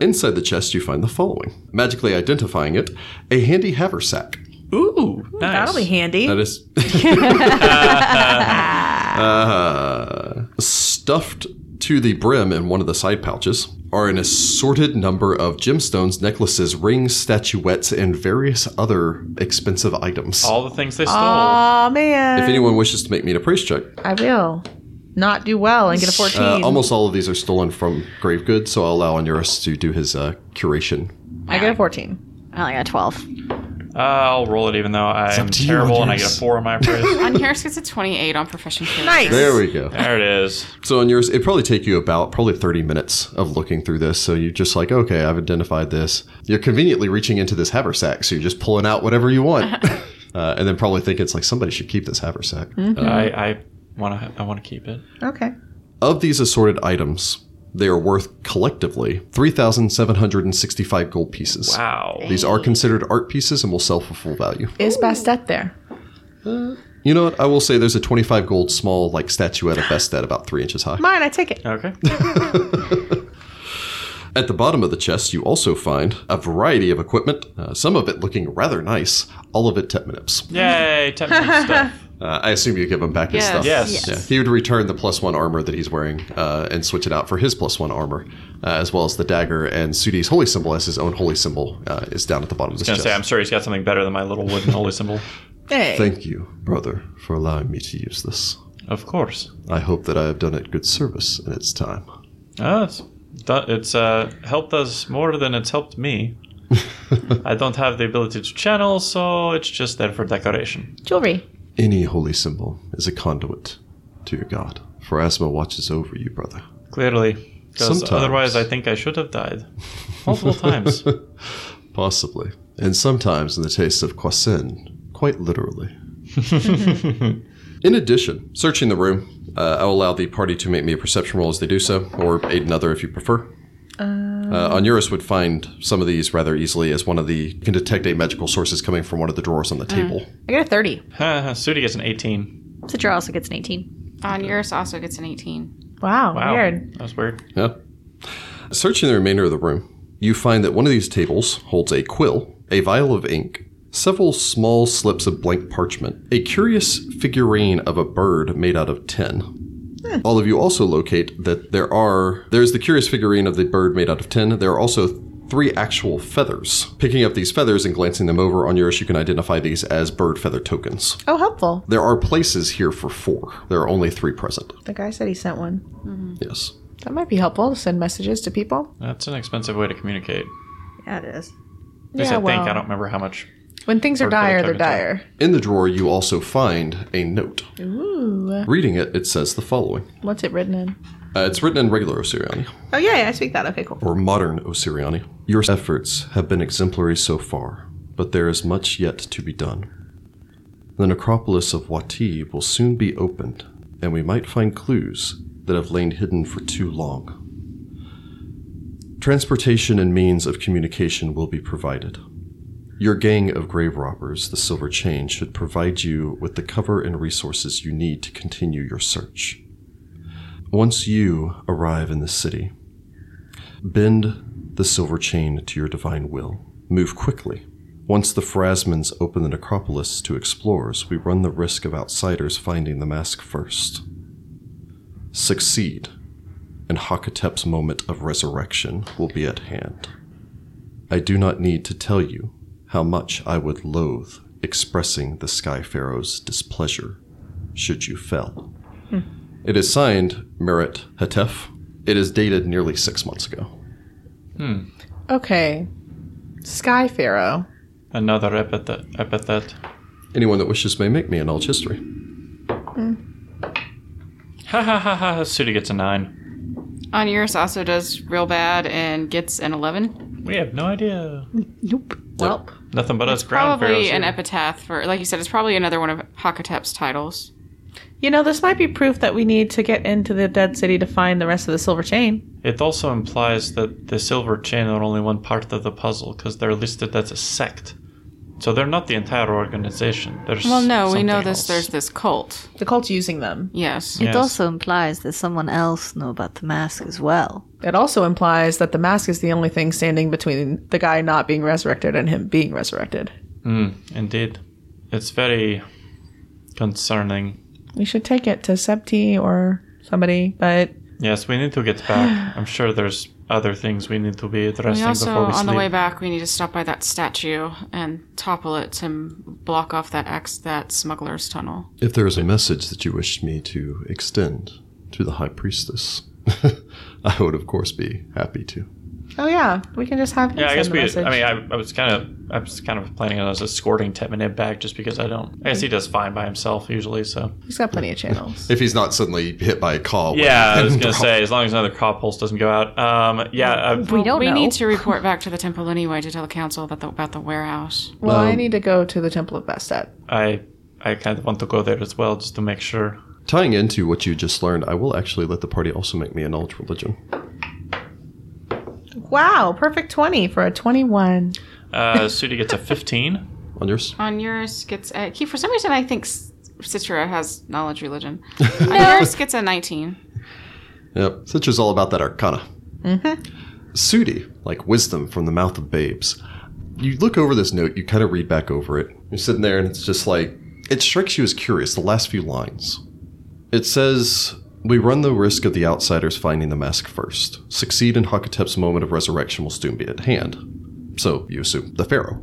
Inside the chest, you find the following magically identifying it a handy haversack.
Ooh, nice.
That'll be handy.
That is uh, stuffed to the brim in one of the side pouches are an assorted number of gemstones, necklaces, rings, statuettes, and various other expensive items.
All the things they stole.
Aw, man.
If anyone wishes to make me a price check,
I will not do well and get a fourteen.
uh, almost all of these are stolen from grave goods, so I'll allow Onuris to do his uh, curation.
I get a fourteen.
I only got 12.
Uh, I'll roll it, even though I'm
to you,
terrible and I get
Andres.
a four on my appraise.
On yours gets a 28 on Profession Care.
Nice.
There we go.
there it is.
So Onuris, it'd probably take you about probably 30 minutes of looking through this. So you're just like, okay, I've identified this. You're conveniently reaching into this haversack, so you're just pulling out whatever you want. Uh, and then probably think it's like somebody should keep this haversack. Uh,
I, I want to. I want to keep it.
Okay.
Of these assorted items, they are worth collectively 3,765 gold pieces.
Wow.
These are considered art pieces and will sell for full value.
Is Bastet there?
You know what? I will say there's a 25 gold small like statuette of Bastet about three inches high.
Mine. I take it.
Okay.
At the bottom of the chest, you also find a variety of equipment, uh, some of it looking rather nice, all of it Tetmanips.
Yay, technical stuff.
Uh, I assume you give him back his
Yes.
stuff.
Yes.
Yeah, he would return the plus one armor that he's wearing uh, and switch it out for his plus one armor, uh, as well as the dagger and Sudi's holy symbol as his own holy symbol uh, is down at the bottom of this
I was
chest.
gonna say, I'm sure he's got something better than my little wooden holy symbol.
Hey.
Thank you, brother, for allowing me to use this.
Of course.
I hope that I have done it good service in its time.
Oh, it's do- it's uh, helped us more than it's helped me. I don't have the ability to channel, so it's just there for decoration.
Jewelry.
Any holy symbol is a conduit to your god, for Asma watches over you, brother.
Clearly, because
Sometimes.
otherwise, I think I should have died multiple times.
Possibly. And sometimes, in the taste of Kwasin, quite literally. in addition, searching the room, uh, I'll allow the party to make me a perception roll as they do so, or aid another if you prefer. Uh, Onuris would find some of these rather easily as one of the can detect a magical sources coming from one of the drawers on the table.
I got a 30.
Sudi gets an 18.
Citra also gets an 18.
On yours also gets an 18.
Wow,
Wow.
weird.
That was weird.
Yeah. Searching the remainder of the room, you find that one of these tables holds a quill, a vial of ink, several small slips of blank parchment, a curious figurine of a bird made out of tin. All of you also locate that there are there's the curious figurine of the bird made out of tin. There are also three actual feathers. Picking up these feathers and glancing them over on yours, you can identify these as bird feather tokens.
Oh, helpful.
There are places here for four. There are only three present.
The guy said he sent one.
Yes.
That might be helpful to send messages to people.
That's an expensive way to communicate.
Yeah, it is.
At least
Yeah,
I think. I
well.
don't remember how much.
When things are
Or color
dire, they're
temperature.
dire.
In the drawer, you also find a note.
Ooh.
Reading it, it says the following.
What's it written in?
Uh, it's written in regular Osiriani,
Oh, yeah, yeah, I speak that. Okay, cool.
or modern Osiriani. Your efforts have been exemplary so far, but there is much yet to be done. The necropolis of Wati will soon be opened, and we might find clues that have lain hidden for too long. Transportation and means of communication will be provided. Your gang of grave robbers, the Silver Chain, should provide you with the cover and resources you need to continue your search. Once you arrive in the city, bend the silver chain to your divine will. Move quickly. Once the Phrasmans open the necropolis to explorers, we run the risk of outsiders finding the mask first. Succeed, and Hakatep's moment of resurrection will be at hand. I do not need to tell you how much I would loathe expressing the Sky Pharaoh's displeasure should you fail. It is signed Merit Hatef. It is dated nearly six months ago.
Okay. Sky Pharaoh.
Another epithet. epithet.
Anyone that wishes may make me a knowledge history.
Ha ha ha ha. Sudi gets a 9.
On yours also does real bad and gets an 11.
We have no idea.
Nope. Welp.
Nothing but us ground pharaohs.
Probably
Here.
an epitaph for, like you said, it's probably another one of Hakatep's titles.
You know, this might be proof that we need to get into the dead city to find the rest of the silver chain.
It also implies that the silver chain are only one part of the puzzle because they're listed as a sect. So they're not the entire organization. There's
Well, no, we
something
know
else.
this. There's this cult.
The cult's using them.
Yes.
Yes.
It also implies that someone else know about the mask as well.
It also implies that the mask is the only thing standing between the guy not being resurrected and him being resurrected.
Mm, indeed. It's very concerning.
We should take it to Septi or somebody, but
Yes, we need to get back. I'm sure there's other things we need to be
We
addressing
also,
before we
on
sleep.
the way back, we need to stop by that statue and topple it to m- block off that ex- that smuggler's tunnel.
If there is a message that you wish me to extend to the High Priestess, I would, of course, be happy to.
oh yeah, we can just have. him
yeah, I
send
guess
the
we.
message.
I mean, I, I was kind of, I was kind of planning on us escorting Tetmanet back just because I don't. I guess he does fine by himself usually. So
he's got plenty of channels.
If he's not suddenly hit by a call.
yeah, I was
and
gonna
dropped.
say as long as another cop pulse doesn't go out. Um, yeah, uh,
We don't
we
know.
need to report back to the temple anyway to tell the council about the, about the warehouse.
well, I
Um,
need to go to the Temple of Bastet.
I, I kind of want to go there as well just to make sure.
Tying into what you just learned, I will actually let the party also make me a knowledge religion.
Wow, perfect twenty for a twenty-one.
Uh, Sudi gets a 15.
On yours?
On yours gets a key. For some reason, I think S- Citra has knowledge religion. On yours gets a 19.
Yep. Such is all about that arcana. Mm-hmm. Sudi, like wisdom from the mouth of babes. You look over this note, you kind of read back over it. You're sitting there, and it's just like, it strikes you as curious, the last few lines. It says, We run the risk of the outsiders finding the mask first. Succeed in Hakatep's moment of resurrection will soon be at hand. So, you assume, the Pharaoh.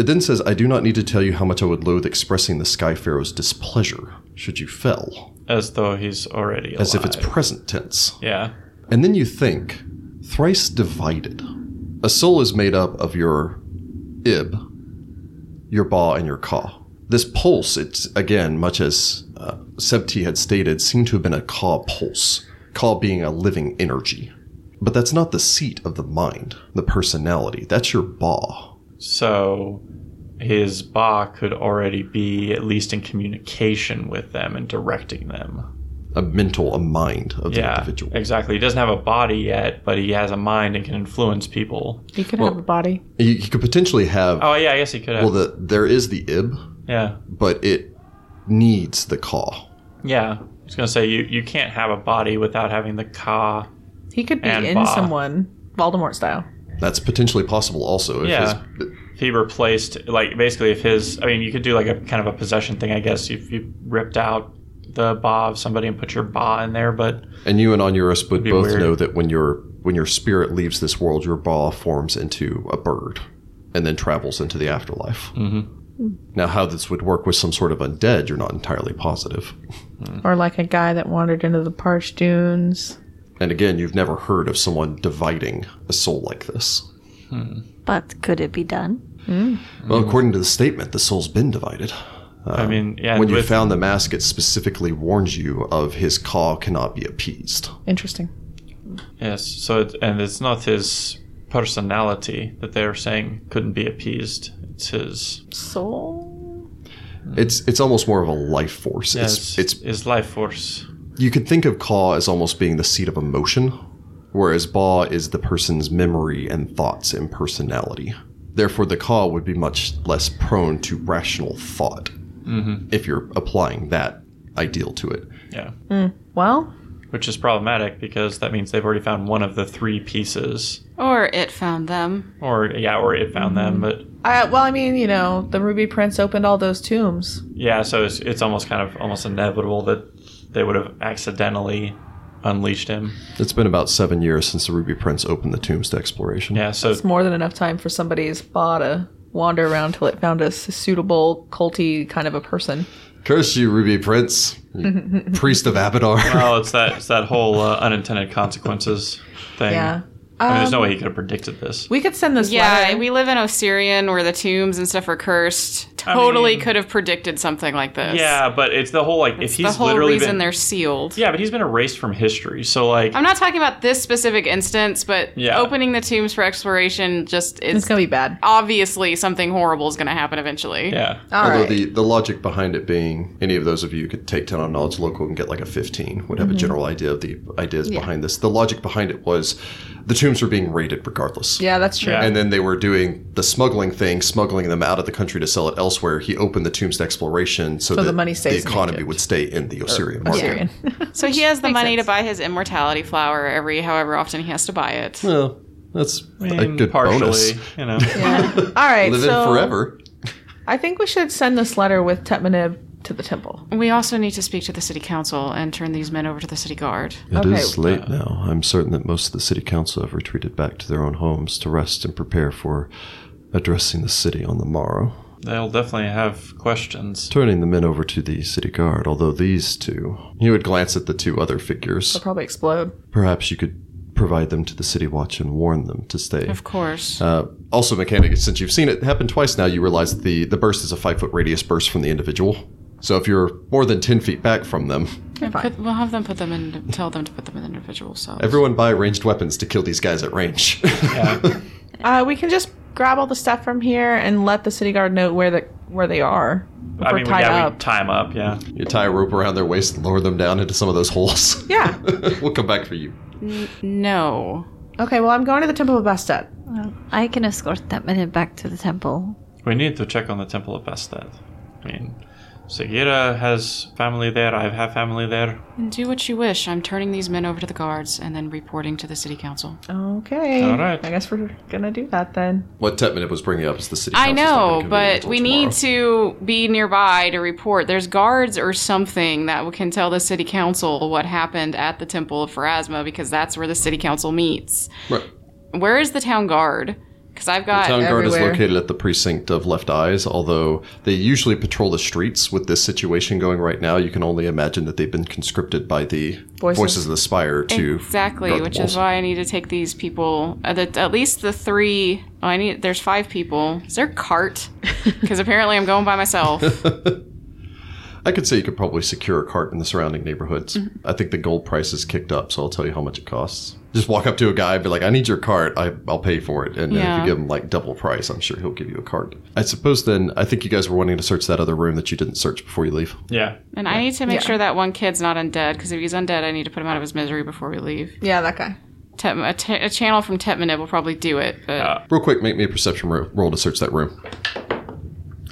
It then says, I do not need to tell you how much I would loathe expressing the Sky Pharaoh's displeasure, should you fell,
As though he's already alive.
as if it's present tense.
yeah.
And then you think, thrice divided. A soul is made up of your ib, your ba, and your ka. This pulse, it's again, much as uh, Sebti had stated, seemed to have been a ka pulse, ka being a living energy. But that's not the seat of the mind, the personality. That's your ba.
So his Ba could already be at least in communication with them and directing them.
a mental, a mind of the
yeah,
individual.
exactly. He doesn't have a body yet, but he has a mind and can influence people.
You could
Well-
have a body.
You, you could potentially have.
Oh yeah, I guess he could have.
well, the, there is the ib,
yeah,
but it needs the caw.
yeah. I was gonna say you you can't have a body without having the ka.
He could be
And
in
Ba.
someone, Voldemort style.
That's potentially possible also. If
Yeah.
his-
If he replaced like basically if his I mean you could do like a kind of a possession thing I guess if you ripped out the ba of somebody and put your ba in there, but
and you and Onuris would
Be
both
weird.
know that when your when your spirit leaves this world, your ball forms into a bird, and then travels into the afterlife.
Mm-hmm.
Now, how this would work with some sort of undead, you're not entirely positive.
Or like a guy that wandered into the parched dunes.
And again, you've never heard of someone dividing a soul like this.
But could it be done?
Mm-hmm.
Well, according to the statement, the soul's been divided.
I mean yeah.
Uh, when you
with-
found the mask, it specifically warns you of his caw cannot be appeased.
Interesting.
Yes. So, it, and it's not his personality that they're saying couldn't be appeased. It's his.
Soul.
It's it's almost more of a life force.
Yes.
it's,
Hmm. It's,
it's
his life force.
you could think of Caw as almost being the seat of emotion, whereas Ba is the person's memory and thoughts and personality. Therefore, the Caw would be much less prone to rational thought if you're applying that ideal to it.
Yeah.
Well,
Which is problematic because that means they've already found one of the three pieces,
Or it found them.
or yeah, or it found
Mm-hmm.
them. But
I, well, I mean, you know, the Ruby Prince opened all those tombs.
yeah, so it's it's almost kind of almost inevitable that they would have accidentally unleashed him.
It's been about seven years since the Ruby Prince opened the tombs to exploration.
Yeah. So
It's more than enough time for somebody's Ba to wander around till it found a s- suitable culty kind of a person.
Curse you, Ruby Prince, you priest of Abadar.
oh, it's that it's that whole uh, unintended consequences thing.
Yeah.
I mean, there's no
Um,
way he could have predicted this.
We could send this
Yeah,
letter.
we live in Osirian where the tombs and stuff are cursed. Totally
mean-
could have predicted something like this.
Yeah, but it's the whole like if he's
the whole
literally
reason
been
they're sealed.
Yeah, but he's been erased from history. So like,
I'm not talking about this specific instance, but
Yeah.
opening the tombs for exploration just
it's
is
going to be bad.
obviously something horrible is going to happen eventually.
yeah,
All
Although
right.
the, the logic behind it being any of those of you who could take 10 on knowledge local and get like a 15 would have
Mm-hmm.
a general idea of the ideas behind this. The logic behind it was the tombs were being raided regardless.
yeah, that's true.
Yeah.
And then they were doing the smuggling thing, smuggling them out of the country to sell it elsewhere. He opened the tombs to exploration so,
So
that
the money stays in
economy
Egypt.
would stay in the Osirian market.
Syrian.
So he has the
Makes
money
sense.
to buy his immortality flower every however often he has to buy it.
Hmm.
Well, that's a
And
good
partially,
bonus.
you know.
Yeah. All right.
Live
so
in forever.
I think we should send this letter with Tetmanib to the temple.
We also need to speak to the city council and turn these men over to the city guard.
It is
Okay. is
late now. I'm certain that most of the city council have retreated back to their own homes to rest and prepare for addressing the city on the morrow.
They'll definitely have questions.
turning the men over to the city guard, although these two. He would glance at the two other figures.
They'll probably explode.
Perhaps you could provide them to the city watch and warn them to stay.
Of course.
Uh, also, mechanic, since you've seen it happen twice now, you realize that the, the burst is a five foot radius burst from the individual. So if you're more than 10 feet back from them,
Put- we'll have them put them in, tell them to put them in individual cells.
everyone buy ranged weapons to kill these guys at range.
Uh, we can just grab all the stuff from here and let the city guard know where the where they are. If
I
we're
mean,
tied
yeah, we
up.
tie him up. Yeah,
you tie a rope around their waist and lower them down into some of those holes.
yeah.
we'll come back for you.
no.
Okay. Well, I'm going to the temple of Bastet.
I can escort that minute back to the temple.
we need to check on the temple of Bastet. I mean, Sagira has family there. I have family there.
And do what you wish. I'm turning these men over to the guards and then reporting to the city council.
Okay.
All right.
I guess we're gonna do that then.
What Tetmanib was bringing up is the city.
I
council's not gonna
know,
convene
but
until
we
tomorrow.
need to be nearby to report. There's guards or something that can tell the city council what happened at the Temple of Pharasma because that's where the city council meets.
Right.
Where is the town guard? Because I've got.
Town guard is
everywhere.
located at the precinct of Left Eyes, although they usually patrol the streets. With this situation going right now, you can only imagine that they've been conscripted by the
Voices.
Voices, of the Spire to
Exactly,
guard the
which
walls.
is why I need to take these people. uh, the- At least the three. Oh, I need. There's five people. Is there a cart? Because apparently I'm going by myself.
I could say you could probably secure a cart in the surrounding neighborhoods. I think the gold price is kicked up, so I'll tell you how much it costs. Just walk up to a guy and be like, I need your cart. I, I'll pay for it. And then if
Yeah.
you give him like double price, I'm sure he'll give you a cart. I suppose then, I think you guys were wanting to search that other room that you didn't search before you leave.
Yeah.
And I need to make
Yeah.
sure that one kid's not undead, because if he's undead, I need to put him out of his misery before we leave.
Yeah, that guy.
Tet- a, t- a channel from Tetmanib will probably do it, but
Yeah.
Real quick, make me a perception ro- roll to search that room.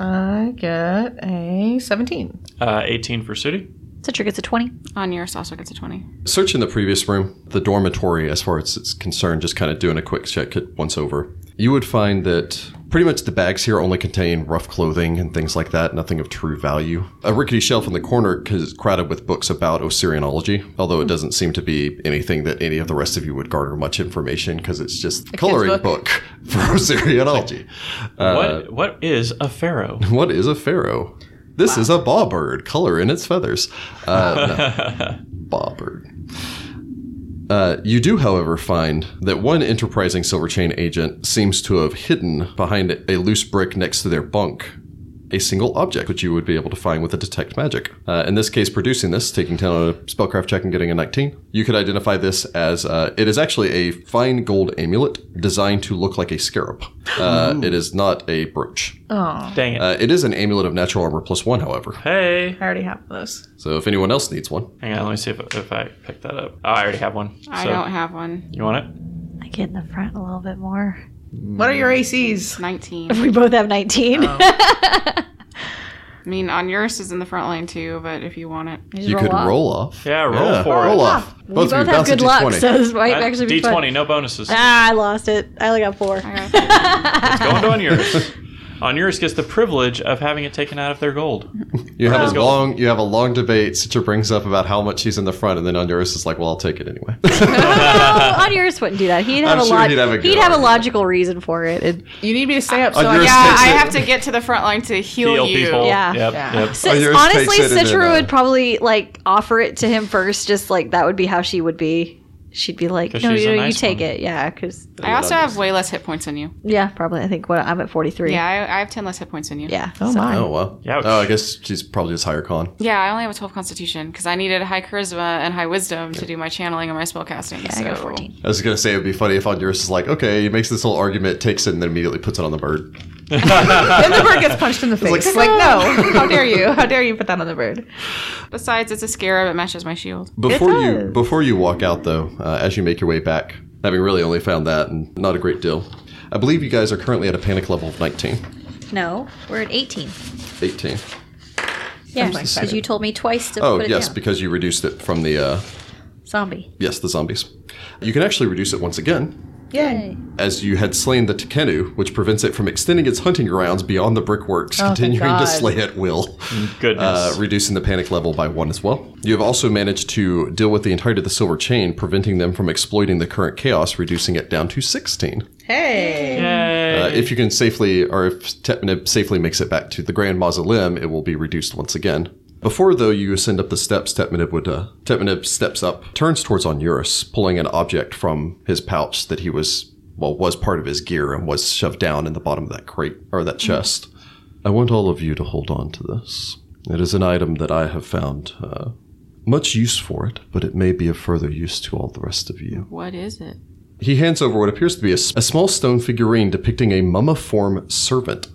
I get a 17.
Uh, 18 for city.
Citra gets a 20.
Onuris also gets a 20.
Searching the previous room, the dormitory, as far as it's concerned, just kind of doing a quick check it once over, you would find that pretty much the bags here only contain rough clothing and things like that, nothing of true value. A rickety shelf in the corner is crowded with books about Osirianology, although it doesn't seem to be anything that any of the rest of you would garner much information because it's just a coloring book.
book.
for Osirianology. Uh,
what What is a pharaoh?
What is a pharaoh? This is a bawbird, color in its feathers. Uh, no. Bawbird. Uh, you do, however, find that one enterprising silver chain agent seems to have hidden behind a loose brick next to their bunk a single object, which you would be able to find with a detect magic. Uh, in this case, producing this, taking 10 on a spellcraft check and getting a 19, you could identify this as uh, it is actually a fine gold amulet designed to look like a scarab. Uh, it is not a brooch.
Dang it.
Uh, it is an amulet of natural armor plus one, however.
hey.
I already have those.
So if anyone else needs one,
Hang on. Let me see if, if I pick that up. Oh, I already have one.
I
so
don't have one.
You want it?
I get in the front a little bit more.
What are your
Mm.
ACs?
19.
We both have 19.
Oh.
I mean, Onuris is in the front line too, but if you want it.
you could roll off.
Yeah, roll for
roll
it.
off.
We both have
bounce a
good luck,
D20.
so this might
I-
actually
D20,
be fun.
no bonuses.
Ah, I lost it. I only got four.
I got-
Going to Onuris. Onuris gets the privilege of having it taken out of their gold.
You have
Let's
a
go.
long, you have a long debate. Citra brings up about how much he's in the front, and then Honduras is like, "Well, I'll take it anyway."
Oh, Onuris wouldn't do that. He'd have
I'm
a
sure
log-
he'd have a good argument.
logical reason for it. It-
You need me to stay up so
Onuris
I
yeah,
takes
I
it.
have to get to the front line to heal,
Heal
you.
people.
Yeah.
Yep,
Yeah.
yep.
Since-
Onuris
honestly,
Oh, takes it and
Citra
then, uh,
would probably like offer it to him first. Just like that would be how she would be. She'd be like,
'Cause
"No,
she's
you,
a
you
nice
take
one.
it." Yeah, because
I also have way less hit points than you.
yeah, probably. I think what I'm at 43.
Yeah, I, I have 10 less hit points than you.
Yeah.
Oh,
so-
my.
oh well.
Ouch.
Oh, I guess she's probably just higher con.
Yeah, I only have a 12 constitution because I needed high charisma and high wisdom to do my channeling and my spellcasting.
I
so.
got 14.
I was gonna say it'd be funny if Honduras is like, "Okay," he makes this whole argument, takes it, and then immediately puts it on the bird.
then the bird gets punched in the face. It's like, no, how dare you? How dare you put that on the bird?
Besides, it's a scarab. It matches my shield.
Before you
does.
before you walk out though, uh, as you make your way back, having really only found that and not a great deal, I believe you guys are currently at a panic level of 19,
No, we're at 18.
18.
Yeah,
Something
because you told me twice to
Oh
put it
yes,
down.
because you reduced it from the uh,
Zombie.
yes the zombies. You can actually reduce it once again,
Yay.
as you had slain the Tekenu, which prevents it from extending its hunting grounds beyond the
Oh,
brickworks, continuing to
God.
slay at will.
Goodness.
uh, reducing the panic level by one as well. You have also managed to deal with the entirety of the silver chain, preventing them from exploiting the current chaos, reducing it down to 16.
Hey.
Yay.
Uh, if you can safely, or if Tetmanib safely makes it back to the Grand Mausoleum, it will be reduced once again. Before, though, you ascend up the steps, Tetmanib would, uh, Tetmanib steps up, turns towards Onuris, pulling an object from his pouch that he was, well, was part of his gear and was shoved down in the bottom of that crate, or that chest. I want all of you to hold on to this. It is an item that I have found uh, much use for it, but it may be of further use to all the rest of you.
What is it?
He hands over what appears to be a, s- a small stone figurine depicting a mummiform servant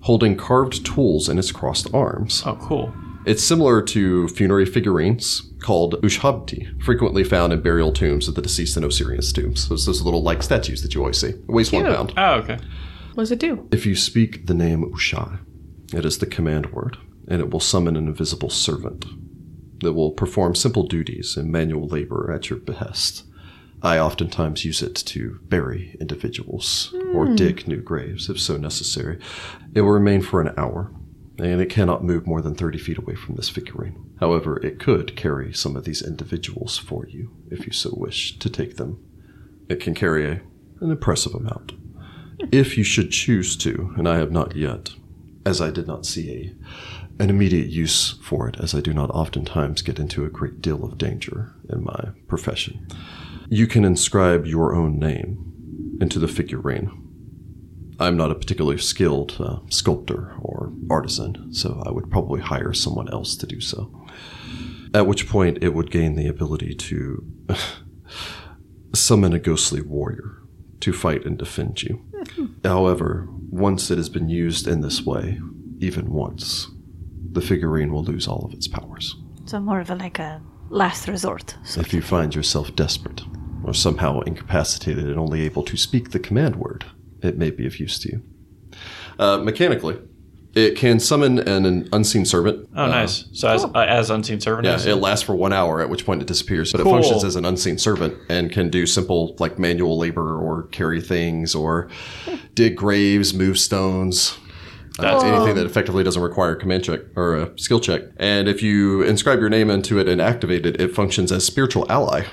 holding carved tools in its crossed arms.
oh, cool.
It's similar to funerary figurines called ushabti, frequently found in burial tombs of the deceased and Osirian's tombs. So it's those little like statues that you always see. It weighs one
Cute.
pound.
Oh, okay.
What does it do?
If you speak the name Ushai, it is the command word, and it will summon an invisible servant that will perform simple duties and manual labor at your behest. I oftentimes use it to bury individuals or dig new graves if so necessary. It will remain for an hour, and it cannot move more than 30 feet away from this figurine. However, it could carry some of these individuals for you if you so wish to take them. It can carry a, an impressive amount if you should choose to, and I have not yet, as I did not see a, an immediate use for it, as I do not oftentimes get into a great deal of danger in my profession, you can inscribe your own name into the figurine. I'm not a particularly skilled uh, sculptor or artisan, so I would probably hire someone else to do so. At which point, it would gain the ability to summon a ghostly warrior to fight and defend you. However, once it has been used in this way, even once, the figurine will lose all of its powers.
So more of a, like a last resort. So
If you find yourself desperate or somehow incapacitated and only able to speak the command word, it may be of use to you. Uh, mechanically, it can summon an, an unseen servant.
Oh, nice. So as, uh, as unseen servant,
Yeah,
is-
it lasts for one hour, at which point it disappears. But
Cool.
it functions as an unseen servant and can do simple like manual labor or carry things or dig graves, move stones. Uh,
That's-
anything that effectively doesn't require a command check or a skill check. And if you inscribe your name into it and activate it, it functions as spiritual ally,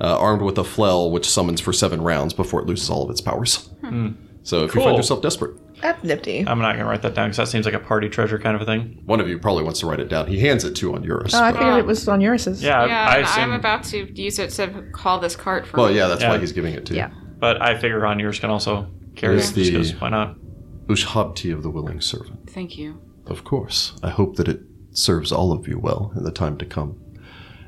uh, armed with a flail which summons for seven rounds before it loses all of its powers. So if you
Hmm. Cool.
find yourself desperate,
That's nifty.
I'm not gonna write that down because that seems like a party treasure kind of a thing.
one of you probably wants to write it down. He hands it to on Eurus.
Oh, I
but-
figured it was on Eurus's.
Yeah,
yeah,
I, I
and
assume,
I'm about to use it to call this cart for.
well, yeah, that's why
Yeah.
he's giving it to you.
Yeah.
but I figure on yours can also carry
It's
it just
the-
'cause why not?
Ushabti of the Willing Servant.
Thank you.
Of course. I hope that it serves all of you well in the time to come.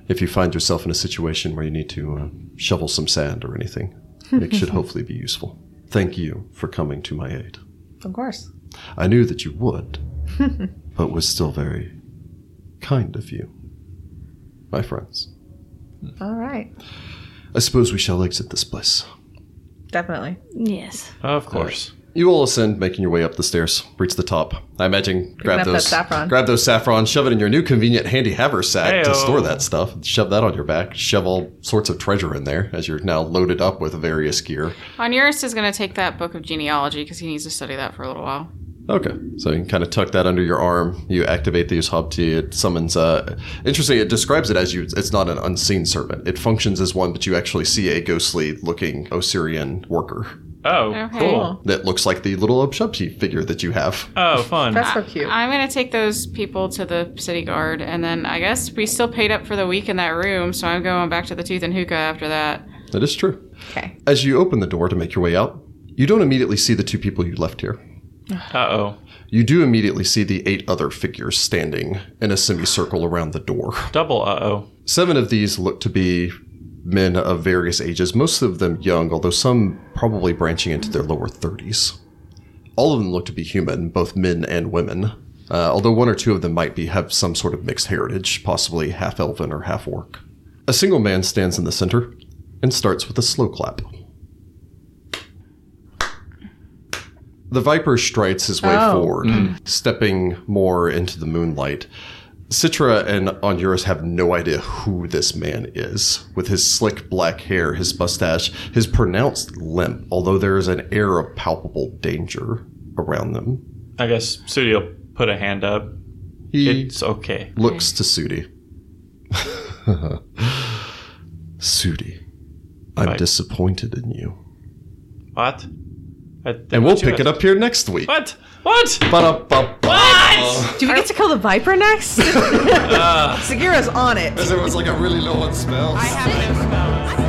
If you find yourself in a situation where you need to uh, shovel some sand or anything, it should hopefully be useful. Thank you for coming to my aid.
Of course.
I knew that you would, but was still very kind of you, my friends.
All right.
I suppose we shall exit this place.
Definitely.
yes.
Of course.
You all ascend, making your way up the stairs, reach the top. I imagine grab
up that
those
saffron.
grab those saffron, shove it in your new convenient handy haversack
Heyo.
to store that stuff. Shove that on your back. Shove all sorts of treasure in there as you're now loaded up with various gear.
Onuris is going to take that book of genealogy because he needs to study that for a little while.
Okay, so you can kind of tuck that under your arm. You activate the Ushabti. It summons. Uh, interesting. It describes it as you. It's not an unseen servant. It functions as one, but you actually see a ghostly-looking Osirian worker
Oh,
Okay.
cool.
that looks like the little Ushabti figure that you have.
Oh, fun.
That's so cute.
I'm going to take those people to the city guard, and then I guess we still paid up for the week in that room, so I'm going back to the Tooth and Hookah after that.
That is true.
Okay.
As you open the door to make your way out, you don't immediately see the two people you left here.
Uh oh.
You do immediately see the eight other figures standing in a semicircle around the door.
Double uh oh.
Seven of these look to be men of various ages, most of them young, although some probably branching into their lower 30s. All of them look to be human, both men and women, uh, although one or two of them might be have some sort of mixed heritage, possibly half elven or half orc. A single man stands in the center and starts with a slow clap. The viper strides his way
Oh.
forward, stepping more into the moonlight. Citra and Onuris have no idea who this man is, with his slick black hair, his mustache, his pronounced limp, although there is an air of palpable danger around them.
I guess Studio put a hand up.
He
It's okay.
looks to Sudi. Sudi, I'm
Right.
disappointed in you.
What? I- they
And we'll
want you
pick it up here next week.
What? What?
What?
Do we get to kill the Viper next? Sagira's on it.
There was like a really low one spell.
I have